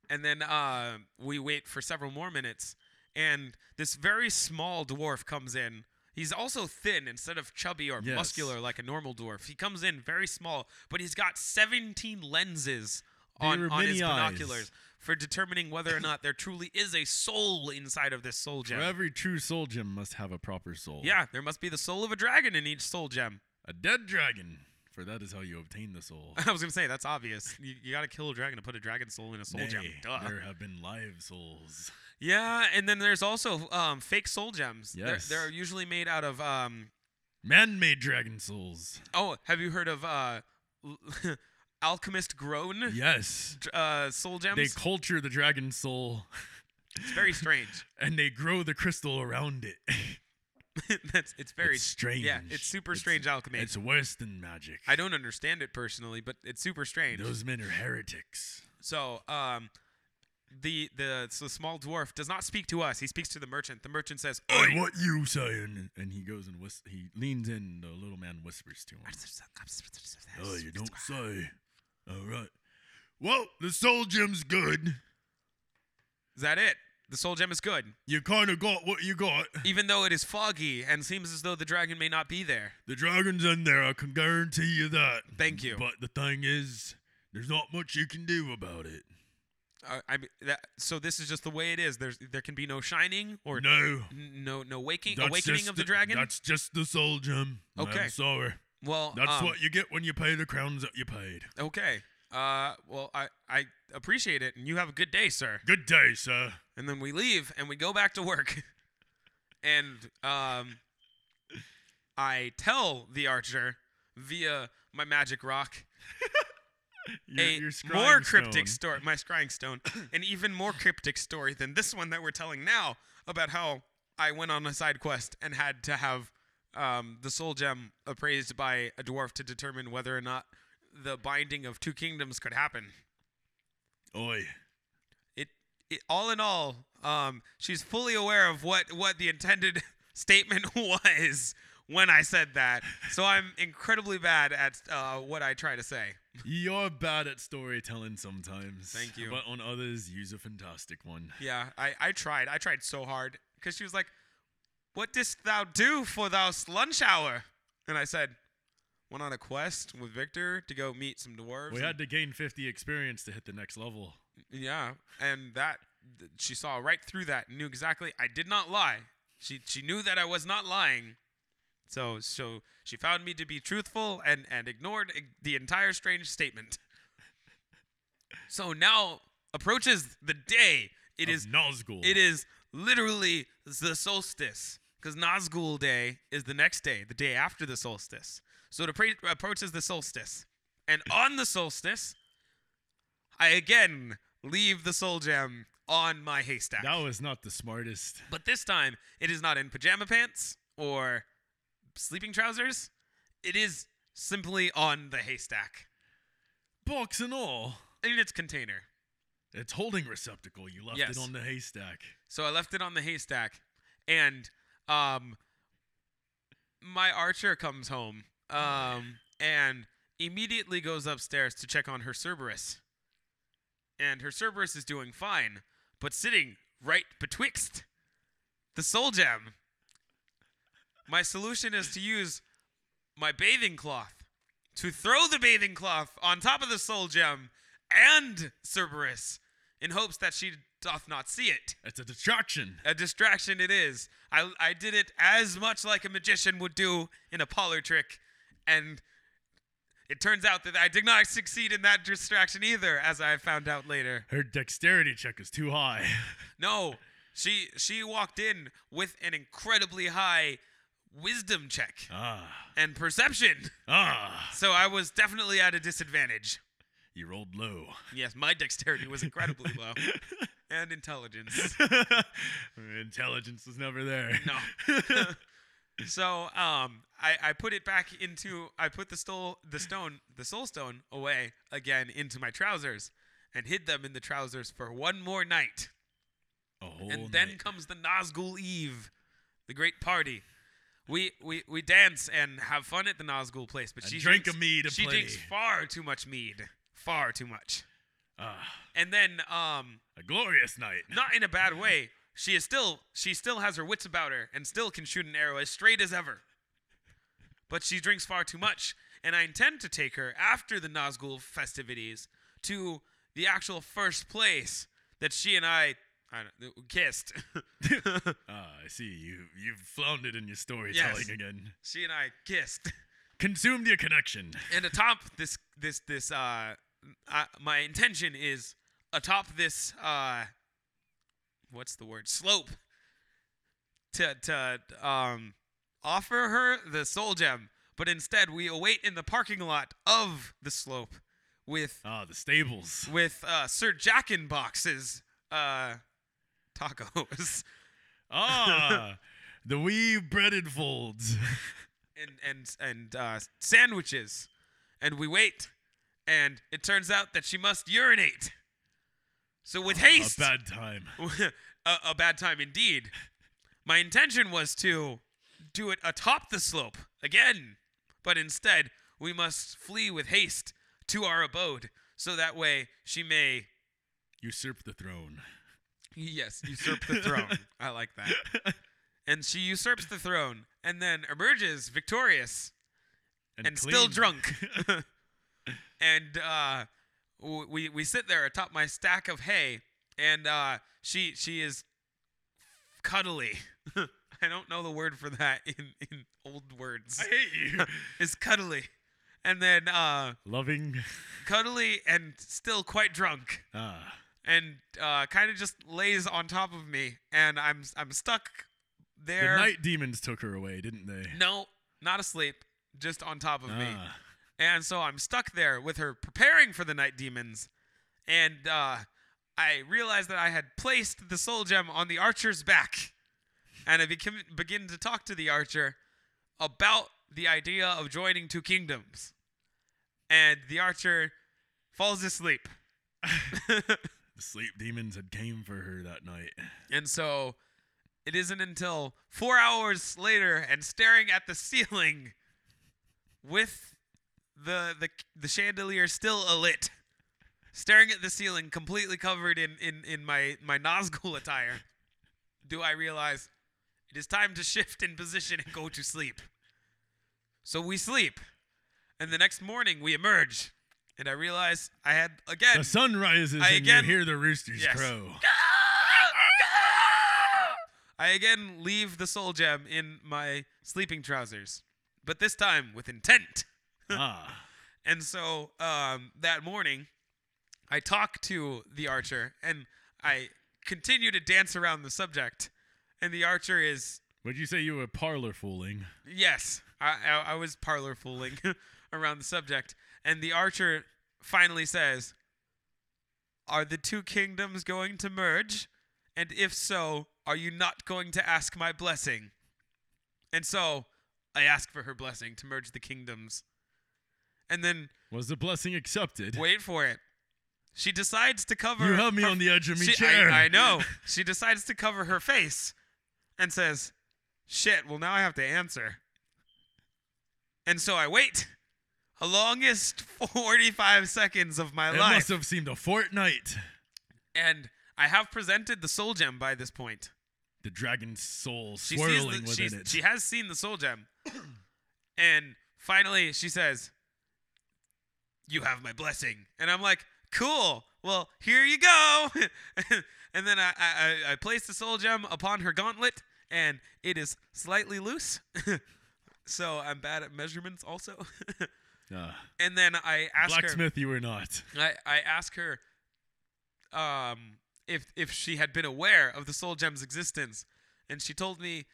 And then uh, we wait for several more minutes, and this very small dwarf comes in. He's also thin instead of chubby or
Yes.
muscular like a normal dwarf. He comes in very small, but he's got 17 lenses on,
were
on his
many eyes.
binoculars for determining whether or not there truly is a soul inside of this soul
For
gem.
every true soul gem must have a proper soul.
Yeah, there must be the soul of a dragon in each soul gem.
A dead dragon, for that is how you obtain the soul.
I was going to say, that's obvious. You, you got to kill a dragon to put a dragon soul in a soul gem.
Nay,
Duh.
There have been live souls.
Yeah, and then there's also um, fake soul gems.
Yes.
They're, they're usually made out of. Um,
Man made dragon souls.
oh, have you heard of uh, Alchemist Grown
Yes.
uh, soul gems?
They culture the dragon soul
it's very strange.
and they grow the crystal around it.
That's it's very
it's strange.
Yeah, it's super strange alchemy.
It's worse than magic.
I don't understand it personally, but it's super strange.
Those men are heretics.
So, um, the the so the small dwarf does not speak to us. He speaks to the merchant. The merchant says, "Oi."
what you saying? And he goes and whis- he leans in. The little man whispers to him. Oh, you don't say. All right. Well, the soul gem's good.
Is that it? The soul gem is good,
You kind of got what you got.
even though it is foggy and seems as though the dragon may not be there.
The dragon's in there, I can guarantee you that.
Thank you.
But the thing is, there's not much you can do about it.
Uh, I mean, that, so this is just the way it is. There's there can be no shining or n-
no.
no no waking
that's
awakening
just
of the dragon.
That's just the soul gem.
Okay.
I'm sorry.
well,
That's
um,
what you get when you pay the crowns that you paid.
okay. Uh, well, I I appreciate it, and you have a good day, sir.
Good day, sir.
And then we leave, and we go back to work, and um, I tell the archer via my magic rock
Your-
a
your
more
scrying
cryptic
stone.
story, my scrying stone, an even more cryptic story than this one that we're telling now about how I went on a side quest and had to have um, the soul gem appraised by a dwarf to determine whether or not the binding of two kingdoms could happen.
Oi.
It, it all in all, um, she's fully aware of what what the intended statement was when I said that. So I'm incredibly bad at uh, what I try to say.
You're bad at storytelling sometimes.
Thank you.
But on others, use a fantastic one.
Yeah, I, I tried. I tried so hard because she was like, "What didst thou do for thou lunch hour?" And I said, "Went on a quest with Victor to go meet some dwarves."
We
and-
had to gain 50 experience to hit the next level.
yeah, and that th- she saw right through that and knew exactly. I did not lie. She she knew that I was not lying. So so she found me to be truthful and and ignored ig- the entire strange statement. So now approaches the day. It
Of
is
Nazgul.
It is literally the solstice because Nazgul Day is the next day, the day after the solstice. So it appro- approaches the solstice, and on the solstice, I again leave the soul gem on my haystack.
That was not the smartest.
but this time, it is not in pajama pants or sleeping trousers. It is simply on the haystack
Box and all.
in its container.
It's holding receptacle. You left
Yes.
it on the haystack.
So I left it on the haystack, and um, my archer comes home um, and immediately goes upstairs to check on her Cerberus. And her Cerberus is doing fine, but sitting right betwixt the soul gem. My solution is to use my bathing cloth to throw the bathing cloth on top of the soul gem and Cerberus in hopes that she doth not see it
It's a distraction.
a distraction it is. I, I did it as much like a magician would do in a parlor trick, and it turns out that I did not succeed in that distraction either, as I found out later.
Her dexterity check is too high.
No, she she walked in with an incredibly high wisdom check
Ah,
and perception,
ah.
so I was definitely at a disadvantage.
You rolled low.
Yes, my dexterity was incredibly low, and intelligence.
Intelligence was never there.
No. so um, I, I put it back into I put the stole the stone the soul stone away again into my trousers and hid them in the trousers for one more night.
A whole
and then
night.
comes the Nazgul Eve, the great party. We, we we dance and have fun at the Nazgul place, but
And
she
drink a
drinks,
mead
She drinks
aplenty.
far too much mead, far too much.
Ah,
And then um,
a glorious night.
not in a bad way. She is still she still has her wits about her and still can shoot an arrow as straight as ever. But she drinks far too much, and I intend to take her after the Nazgul festivities to the actual first place that she and I, I don't- kissed.
Ah, I see. You you've floundered in your storytelling
Yes.
again.
she and I kissed.
Consumed your connection.
and atop this this this uh, uh my intention is atop this uh what's the word slope to to um offer her the soul gem but instead we await in the parking lot of the slope with
Ah, the stables.
with uh sir jackin boxes uh tacos
Ah, the wee breaded folds.
and and and uh, sandwiches, and we wait, and it turns out that she must urinate. So with
Oh, A
haste,
bad time.
a, a bad time indeed. My intention was to do it atop the slope again, but instead we must flee with haste to our abode, so that way she may
Usurp the throne.
Yes, usurp the throne. I like that. And she usurps the throne and then emerges victorious and, still
clean.
drunk. and uh, w- we we sit there atop my stack of hay, and uh, she she is cuddly. I don't know the word for that in in old words.
I hate you.
is cuddly, and then uh,
Loving.
cuddly and still quite drunk
Ah.
and uh, kind of just lays on top of me, and I'm I'm stuck
The
there.
night demons took her away, didn't they?
No, not asleep, just on top of me,
Ah.
and so I'm stuck there with her, preparing for the night demons, and uh, I realized that I had placed the soul gem on the archer's back, and I became, begin to talk to the archer about the idea of joining two kingdoms, and the archer falls asleep.
The sleep demons had came for her that night.
And so it isn't until four hours later and staring at the ceiling with the the, the chandelier still alit, staring at the ceiling completely covered in, in, in my, my Nazgul attire, do I realize it is time to shift in position and go to sleep. So we sleep. And the next morning we emerge. And I realize I had again
The sun rises
I
and
again-
you hear the roosters
Yes.
crow.
I again leave the soul gem in my sleeping trousers, but this time with intent.
ah.
And so um, that morning, I talk to the archer and I continue to dance around the subject. And the archer is,
Would you say you were parlor fooling?
yes, I, I, I was parlor fooling around the subject. And the archer finally says, Are the two kingdoms going to merge? And if so, are you not going to ask my blessing? And so I ask for her blessing to merge the kingdoms. And then
Was the blessing accepted?
Wait for it. She decides to cover.
you held me
her-
on the edge of my
she,
chair.
I, I know. She decides to cover her face, and says, "Shit. Well, now I have to answer." And so I wait. A longest 45 seconds of my
It
life.
must have seemed a fortnight.
and I have presented the soul gem by this point.
The dragon's soul
She sees
swirling
the, she's-
within it.
She has seen the soul gem. and finally she says, You have my blessing. And I'm like, Cool. Well, here you go. and then I, I, I- I place the soul gem upon her gauntlet, and it is slightly loose. so I'm bad at measurements also.
Ah,
and then I ask her.
blacksmith, you were not.
I, I ask her um, if if she had been aware of the soul gem's existence, and she told me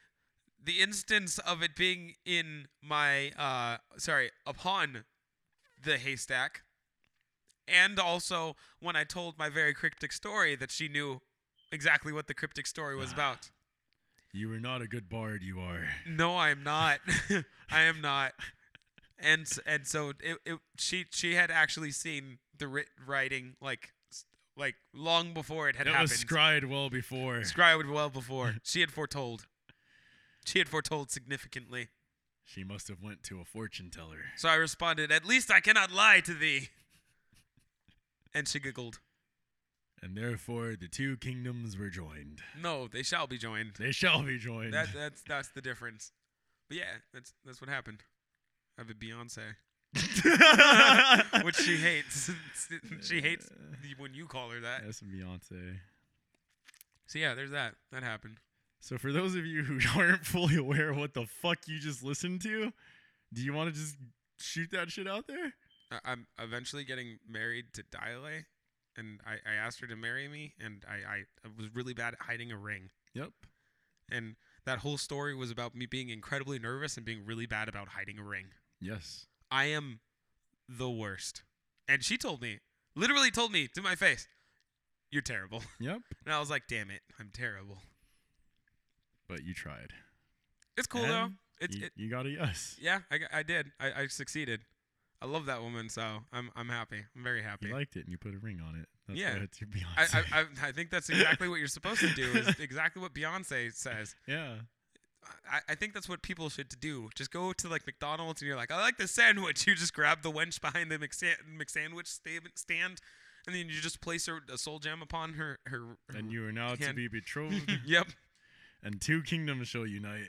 the instance of it being in my uh, sorry upon the haystack, and also when I told my very cryptic story that she knew exactly what the cryptic story was
Ah.
about.
You were not a good bard, you are.
No, I am not. I am not. And s- and so it, it she she had actually seen the writ- writing like s- like long before it had
It
happened.
was scried well before.
Scribed well before she had foretold. She had foretold significantly.
she must have went to a fortune teller.
So I responded, "At least I cannot lie to thee." And she giggled.
And therefore the two kingdoms were joined.
No, they shall be joined.
They shall be joined.
That that's that's the difference. But yeah, that's that's what happened. I have a Beyonce. which she hates. she hates the- when you call her that.
That's Beyonce.
So yeah, there's that. That happened.
So for those of you who aren't fully aware of what the fuck you just listened to, do you want to just shoot that shit out there?
I, I'm eventually getting married to Diale, and I, I asked her to marry me, and I, I, I was really bad at hiding a ring.
Yep.
And that whole story was about me being incredibly nervous and being really bad about hiding a ring.
Yes.
I am the worst. And she told me, literally told me to my face, "You're terrible."
Yep.
And I was like, "Damn it, I'm terrible."
But you tried.
It's cool though.
And
It's
you,
it,
you got a yes.
Yeah, I, g- I did. I, I succeeded. I love that woman, so I'm I'm happy. I'm very happy.
You liked it and you put a ring on it. That's
Yeah.
why it's your
I,
Beyonce.
I, I I think that's exactly what you're supposed to do. Is exactly what Beyonce says.
yeah.
I, I think that's what people should do. Just go to like McDonald's and you're like, I like the sandwich. You just grab the wench behind the McSan- McSandwich sta- stand, and then you just place her, a soul gem upon her her. her-
And you are now to
Hand-
be betrothed,
Yep.
and two kingdoms shall unite.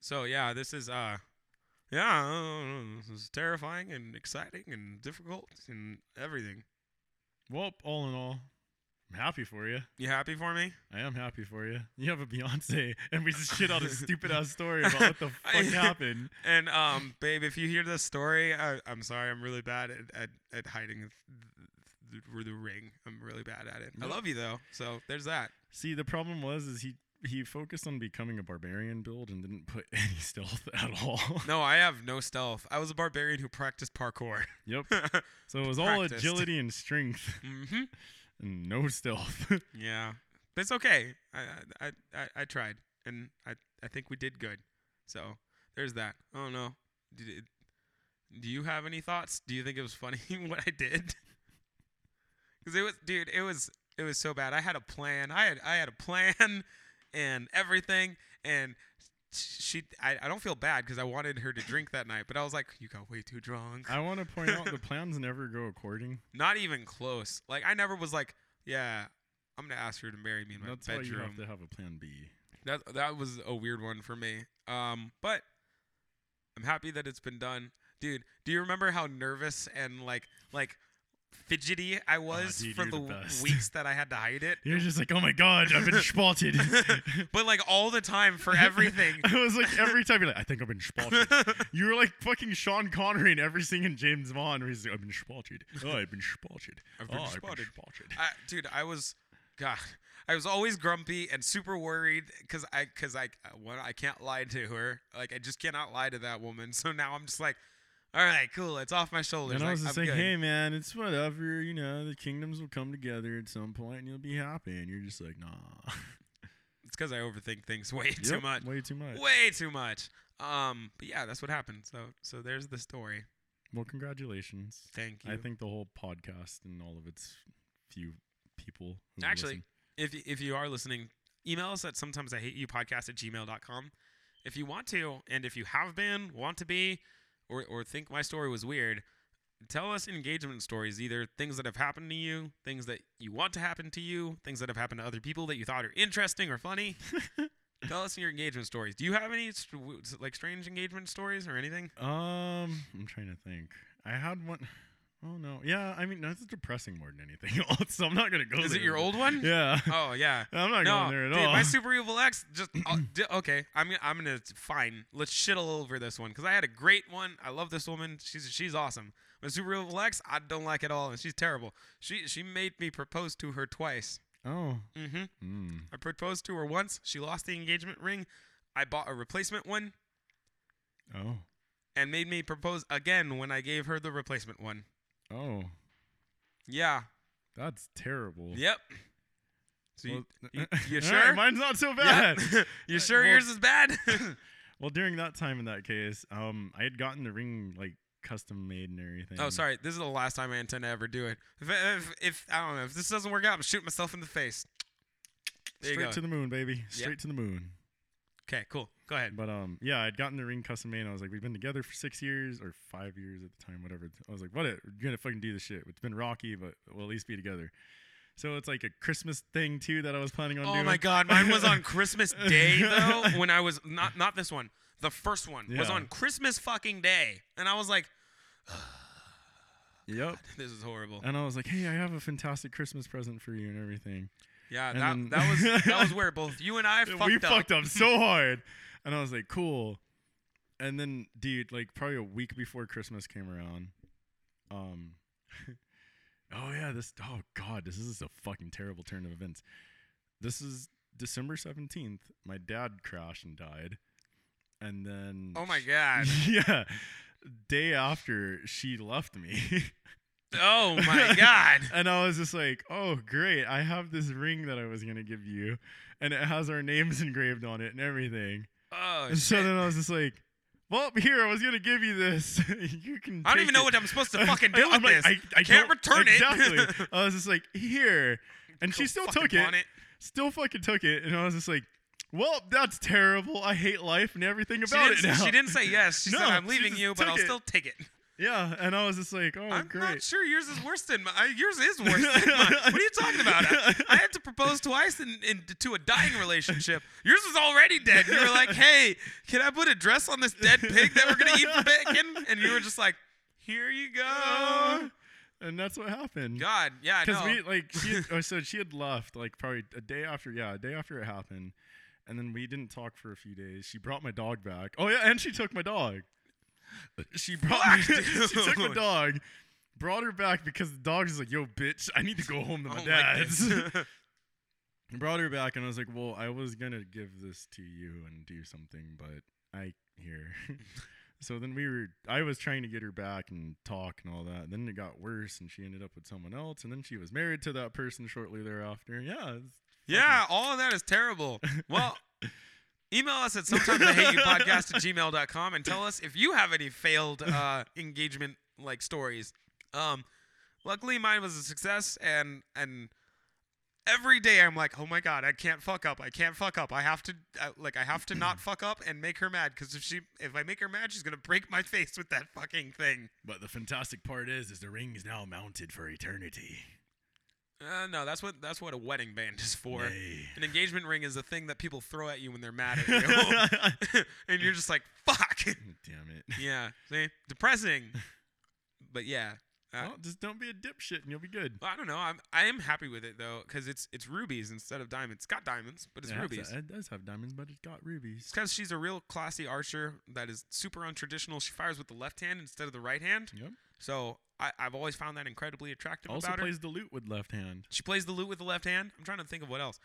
So yeah, this is uh, yeah, I don't know, this is terrifying and exciting and difficult and everything.
Well, all in all, I'm happy for you.
You happy for me?
I am happy for you. You have a Beyonce, and we just shit out a stupid ass story about what the fuck happened.
And um, babe, if you hear this story, I, I'm sorry. I'm really bad at at, at hiding the, the, the ring. I'm really bad at it. I
Yeah.
love you though. So there's that.
See, the problem was is he he focused on becoming a barbarian build and didn't put any stealth at all.
No, I have no stealth. I was a barbarian who practiced parkour.
yep.
mm-hmm.
So it was all
Practiced.
agility and strength, and no stealth.
Yeah, but it's okay. I I, I- I I tried, and I I think we did good. So there's that. Oh no. Did it, do you have any thoughts? Do you think it was funny what I did? Because it was, dude, it was it was so bad. I had a plan. I had I had a plan, and everything, and she. I, I don't feel bad because I wanted her to drink that night, but I was like, you got way too drunk.
I want to point out the plans never go according.
Not even close. Like I never was like, yeah, I'm gonna ask her to marry me in my
That's why you
bedroom.
have to have a plan B.
That that was a weird one for me. Um, but I'm happy that it's been done, dude. Do you remember how nervous and like like fidgety I was
Oh, dude,
for
you're
the,
the best.
weeks that I had to hide it?
You're just like, oh my god, I've been spotted.
but like all the time for everything.
I was like, every time you're like, I think I've been spotted. You were like fucking Sean Connery in every single James Bond where he's like, I've been spotted. Oh, I've been spotted.
I've been
oh,
spotted."
spotted.
I, dude, I was, God, I was always grumpy and super worried because I, because I, well, I can't lie to her. Like I just cannot lie to that woman. So now I'm just like, all right, cool, it's off my shoulders.
And I
Like,
was just
I'm
like,
good.
hey man, it's whatever, you know, the kingdoms will come together at some point and you'll be happy. And you're just like, nah.
it's because I overthink things way too
Yep,
much,
Way too much.
way too much. Um, but yeah, that's what happened. So, so there's the story.
Well, congratulations.
Thank you.
I think the whole podcast and all of its few people. who
Actually, if
listen-
y- if you are listening, email us at sometimes I hate you podcast at gmail.com. If you want to, and if you have been, want to be, or, or think my story was weird, tell us engagement stories, either things that have happened to you, things that you want to happen to you, things that have happened to other people that you thought are interesting or funny. tell us your engagement stories. Do you have any str- w- s- like strange engagement stories or anything?
Um, I'm trying to think. I had one oh no. Yeah, I mean, no, it's depressing more than anything else. So I'm not gonna go.
Is it
there,
your
but-
old one?
Yeah.
Oh yeah.
I'm not
no,
going there at
dude,
all.
my super evil ex just I'll- d- okay. I'm gonna- I'm gonna fine. Let's shit all over this one because I had a great one. I love this woman. She's she's awesome. My super evil ex, I don't like at all, and she's terrible. She she made me propose to her twice.
oh.
Mm-hmm.
Mm.
I proposed to her once. She lost the engagement ring. I bought a replacement one
Oh.
and made me propose again when I gave her the replacement one.
Oh.
Yeah.
That's terrible.
Yep. So you,
Well,
you,
all
you
right,
sure?
mine's not so
Yeah.
bad.
you sure
Well-
yours is bad?
Well, during that time in that case, um, I had gotten the ring like custom made and everything.
Oh, sorry. This is the last time I intend to ever do it. If, if, if I don't know if this doesn't work out, I'm shooting myself in the face. There you
Straight
go.
to the moon, baby. Straight to the moon.
okay, cool. Go ahead.
But um, yeah, I'd gotten the ring custom made. And I was like, we've been together for six years or five years at the time, whatever. I was like, what? We're gonna fucking do this shit. It's been rocky, but we'll at least be together. So it's like a Christmas thing too that I was planning on
Oh
doing.
my God, mine was on Christmas Day though. When I was not not this one, the first one was
Yeah.
on Christmas fucking day, and I was like,
yep.
this is horrible.
And I was like, hey, I have a fantastic Christmas present for you and everything.
Yeah, that,
and then-
that was that was where both you and I
Yeah,
fucked
we
up.
fucked up so hard. And I was like, cool. And then, dude, like probably a week before Christmas came around, um, oh yeah, this, oh god, this is a fucking terrible turn of events. This is December 17th. My dad crashed and died. And then,
Oh my god.
yeah, day after she left me.
Oh my god.
And I was just like, oh, great. I have this ring that I was going to give you, and it has our names engraved on it and everything.
Oh
and so
shit.
then I was just like, well, here, I was going to give you this. you can.
I don't
take
even know
it."
what I'm supposed to fucking do
I'm
with
like,
this.
I, I
Can't
don't-
return it.
Exactly. I was just like, here. And she
Go
still
fucking
took it,
pawn it.
Still fucking took it. And I was just like, well, that's terrible. I hate life and everything
she
about
didn't,
it now.
She didn't say yes. She
No,
said, "I'm
she
leaving
just
you, but
took
I'll
it.
still take it."
Yeah. And I was just like, oh,
I'm
great.
not sure yours is worse than mine. Yours is worse than mine. What are you talking about? I, I had to propose twice in, in, to a dying relationship. Yours was already dead. You were like, "Hey, can I put a dress on this dead pig that we're gonna eat for bacon?" And you were just like, "Here you go."
and that's what happened.
God, yeah, I
because
know.
we like she had, oh, so she had left like probably a day after yeah a day after it happened and then we didn't talk for a few days she brought my dog back oh yeah and she took my dog she brought me,
Fuck,
she took my
dude.
dog brought her back because the dog is like yo bitch i need to go home to
I
my
don't like
dad's
this.
And brought her back and i was like well i was gonna give this to you and do something but i here so then we were i was trying to get her back and talk and all that and then it got worse and she ended up with someone else and then she was married to that person shortly thereafter yeah it's-
Yeah, all of that is terrible. Well, email us at sometimes I hate you podcast at gmail.com and tell us if you have any failed uh, engagement like stories. Um, luckily, mine was a success, and and every day I'm like, oh my god, I can't fuck up. I can't fuck up. I have to uh, like I have to not fuck up and make her mad because if she if I make her mad, she's gonna break my face with that fucking thing.
but the fantastic part is is the ring is now mounted for eternity
Uh, no, that's what that's what a wedding band is for.
Nay.
An engagement ring is a thing that people throw at you when they're mad at you. and you're just like, fuck.
damn it
Yeah. See? Depressing. But yeah. Uh,
well, just don't be a dipshit and you'll be good
I don't know. I'm I am happy with it though, because it's it's rubies instead of diamonds. It's got diamonds, but it's
Yeah, eh.
rubies.
it does have diamonds but it's got rubies
It's because she's a real classy archer that is super untraditional. She fires with the left hand instead of the right hand.
yep
So I, I've always found that incredibly attractive
also
about her.
plays the lute with left hand
She plays the lute with the left hand. I'm trying to think of what else.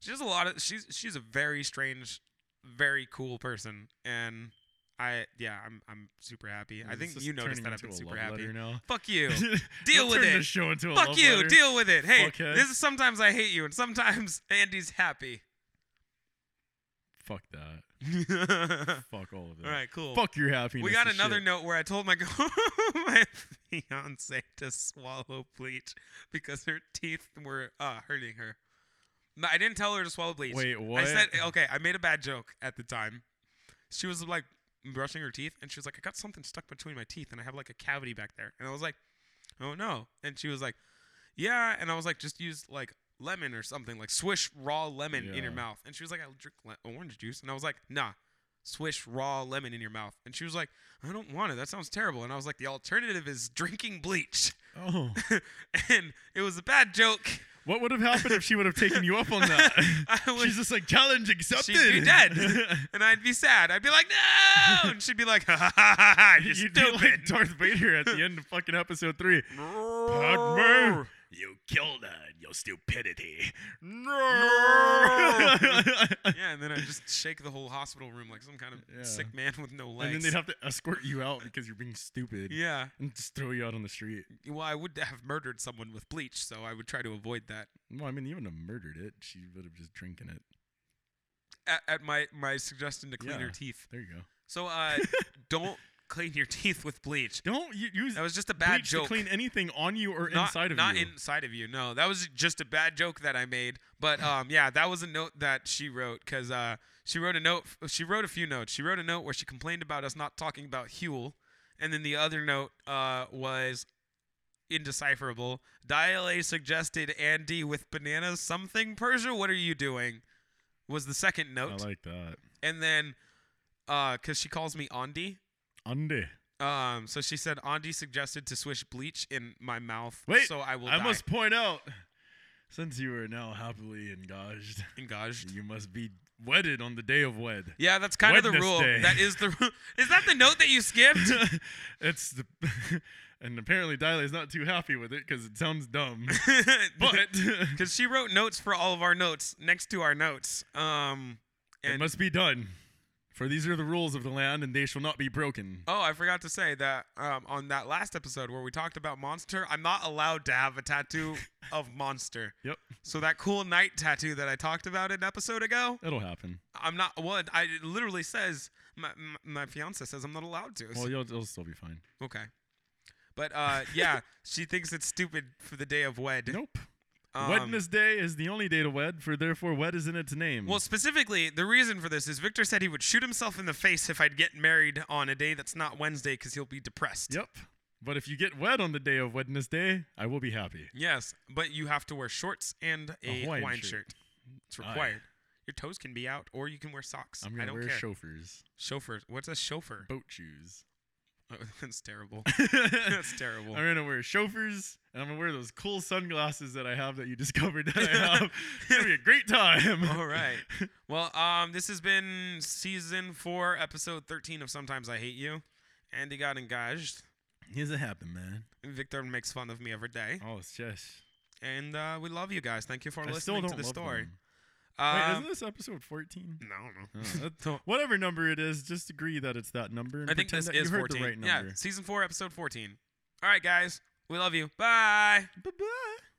She does a lot of. She's she's a very strange, very cool person, and I yeah I'm I'm super happy. I
Is
think
this
you noticed
turning
that I've
into
been
a
super
love
happy.
letter now
Fuck you. Deal
Don't
with
turn
it.
this show into a
Fuck
love
you.
letter.
Deal with it. Hey,
Fuckhead.
this is sometimes I hate you, and sometimes Andy's happy.
fuck that
all
fuck all of that
right, cool.
fuck your happiness
we got
to
another
shit.
note where I told my my fiance to swallow bleach because her teeth were uh, hurting her. No, I didn't tell her to swallow bleach.
Wait, what?
I said, okay, I made a bad joke at the time. She was like, brushing her teeth, and she was like, I got something stuck between my teeth, and I have like a cavity back there. And I was like, Oh no. And she was like, Yeah. And I was like, Just use like lemon or something, like swish raw lemon in
Yeah.
your mouth. And she was like, I'll drink le- orange juice. And I was like, Nah, swish raw lemon in your mouth. And she was like, I don't want it. That sounds terrible. And I was like, The alternative is drinking bleach.
Oh,
and it was a bad joke.
what would have happened if she would have taken you up on that?
I would-
She's just like challenge accepted.
She'd be dead, and I'd be sad. I'd be like, no, and she'd be like, ha ha ha ha, ha, you're
You'd be
stupid.
like Darth Vader at the end of fucking episode three. Padme, you killed her, in your stupidity. and
yeah, and then I'd just shake the whole hospital room like some kind of
Yeah.
sick man with no legs.
then they'd have to escort you out because you're being stupid.
yeah,
And just throw you out on the street.
well, I would have murdered someone with bleach, so I would try to avoid that.
Well, I mean, you wouldn't have murdered it. She would have just drinking it.
At, at my my suggestion to clean your
Yeah.
teeth.
There you go.
So uh, don't clean your teeth with bleach.
Don't you use
That was just a bad
bleach
joke.
to clean anything on you or
not,
inside of
not
you.
inside of you. No, that was just a bad joke that I made. But um, yeah, that was a note that she wrote because uh, she wrote a note. She wrote a few notes. She wrote a note where she complained about us not talking about Huel, and then the other note uh, was indecipherable. Dial A suggested Andy with bananas something Persia. What are you doing? Was the second note,
I like that.
and then because she calls me Andy.
Andy.
Um, so she said Andy suggested to swish bleach in my mouth,
Wait,
so I will.
I
die.
must point out, since you are now happily engaged,
engaged.
you must be wedded on the day of wed.
Yeah, that's kind of the rule.
Wednesday.
That is the ru- is that the note that you skipped?
it's the, and apparently Dyla's not too happy with it because it sounds dumb. But
because she wrote notes for all of our notes next to our notes. Um,
it
and
must be done, for these are the rules of the land, and they shall not be broken.
oh, I forgot to say that um, on that last episode where we talked about monster, I'm not allowed to have a tattoo of monster.
Yep,
So that cool night tattoo that I talked about an episode ago,
it'll happen.
I'm not. Well, it- I it literally says my my, my fiance says I'm not allowed to. so-
Well, you'll, it'll still be fine.
okay. But uh, yeah, she thinks it's stupid for the day of wed.
Nope.
Um,
Wednesday is the only day to wed, for therefore wed is in its name.
Well, specifically, the reason for this is Victor said he would shoot himself in the face if I'd get married on a day that's not Wednesday because he'll be depressed.
yep. But if you get wed on the day of Wednesday, I will be happy.
Yes, but you have to wear shorts and a,
Hawaiian
Hawaiian shirt.
shirt.
It's
Aye.
required. Your toes can be out, or you can wear socks.
I'm
I
gonna
don't
wear
care.
chauffeurs,
Chauffeur. What's a chauffeur?
boat shoes.
Oh, that's terrible.
That's
That's terrible.
I'm gonna wear chauffeurs, and I'm gonna wear those cool sunglasses that I have that you discovered that I have. it's gonna be a great time.
All right. Well, um, this has been season four, episode thirteen of Sometimes I Hate You. Andy got engaged.
Here's what happened, man.
Victor makes fun of me every day,
Oh, it's just.
and uh, we love you guys. Thank you for
I still
listening
don't
to the
love
story.
them. Wait,
Um,
isn't this episode 14?
No, no.
Oh, that- Whatever number it is, just agree that it's that number. And
Mm-hmm. I think
pretend
this
that you
is
heard
14.
the right
yeah,
number.
season 4, episode 14. All right, guys. We love you. Bye.
Bye bye.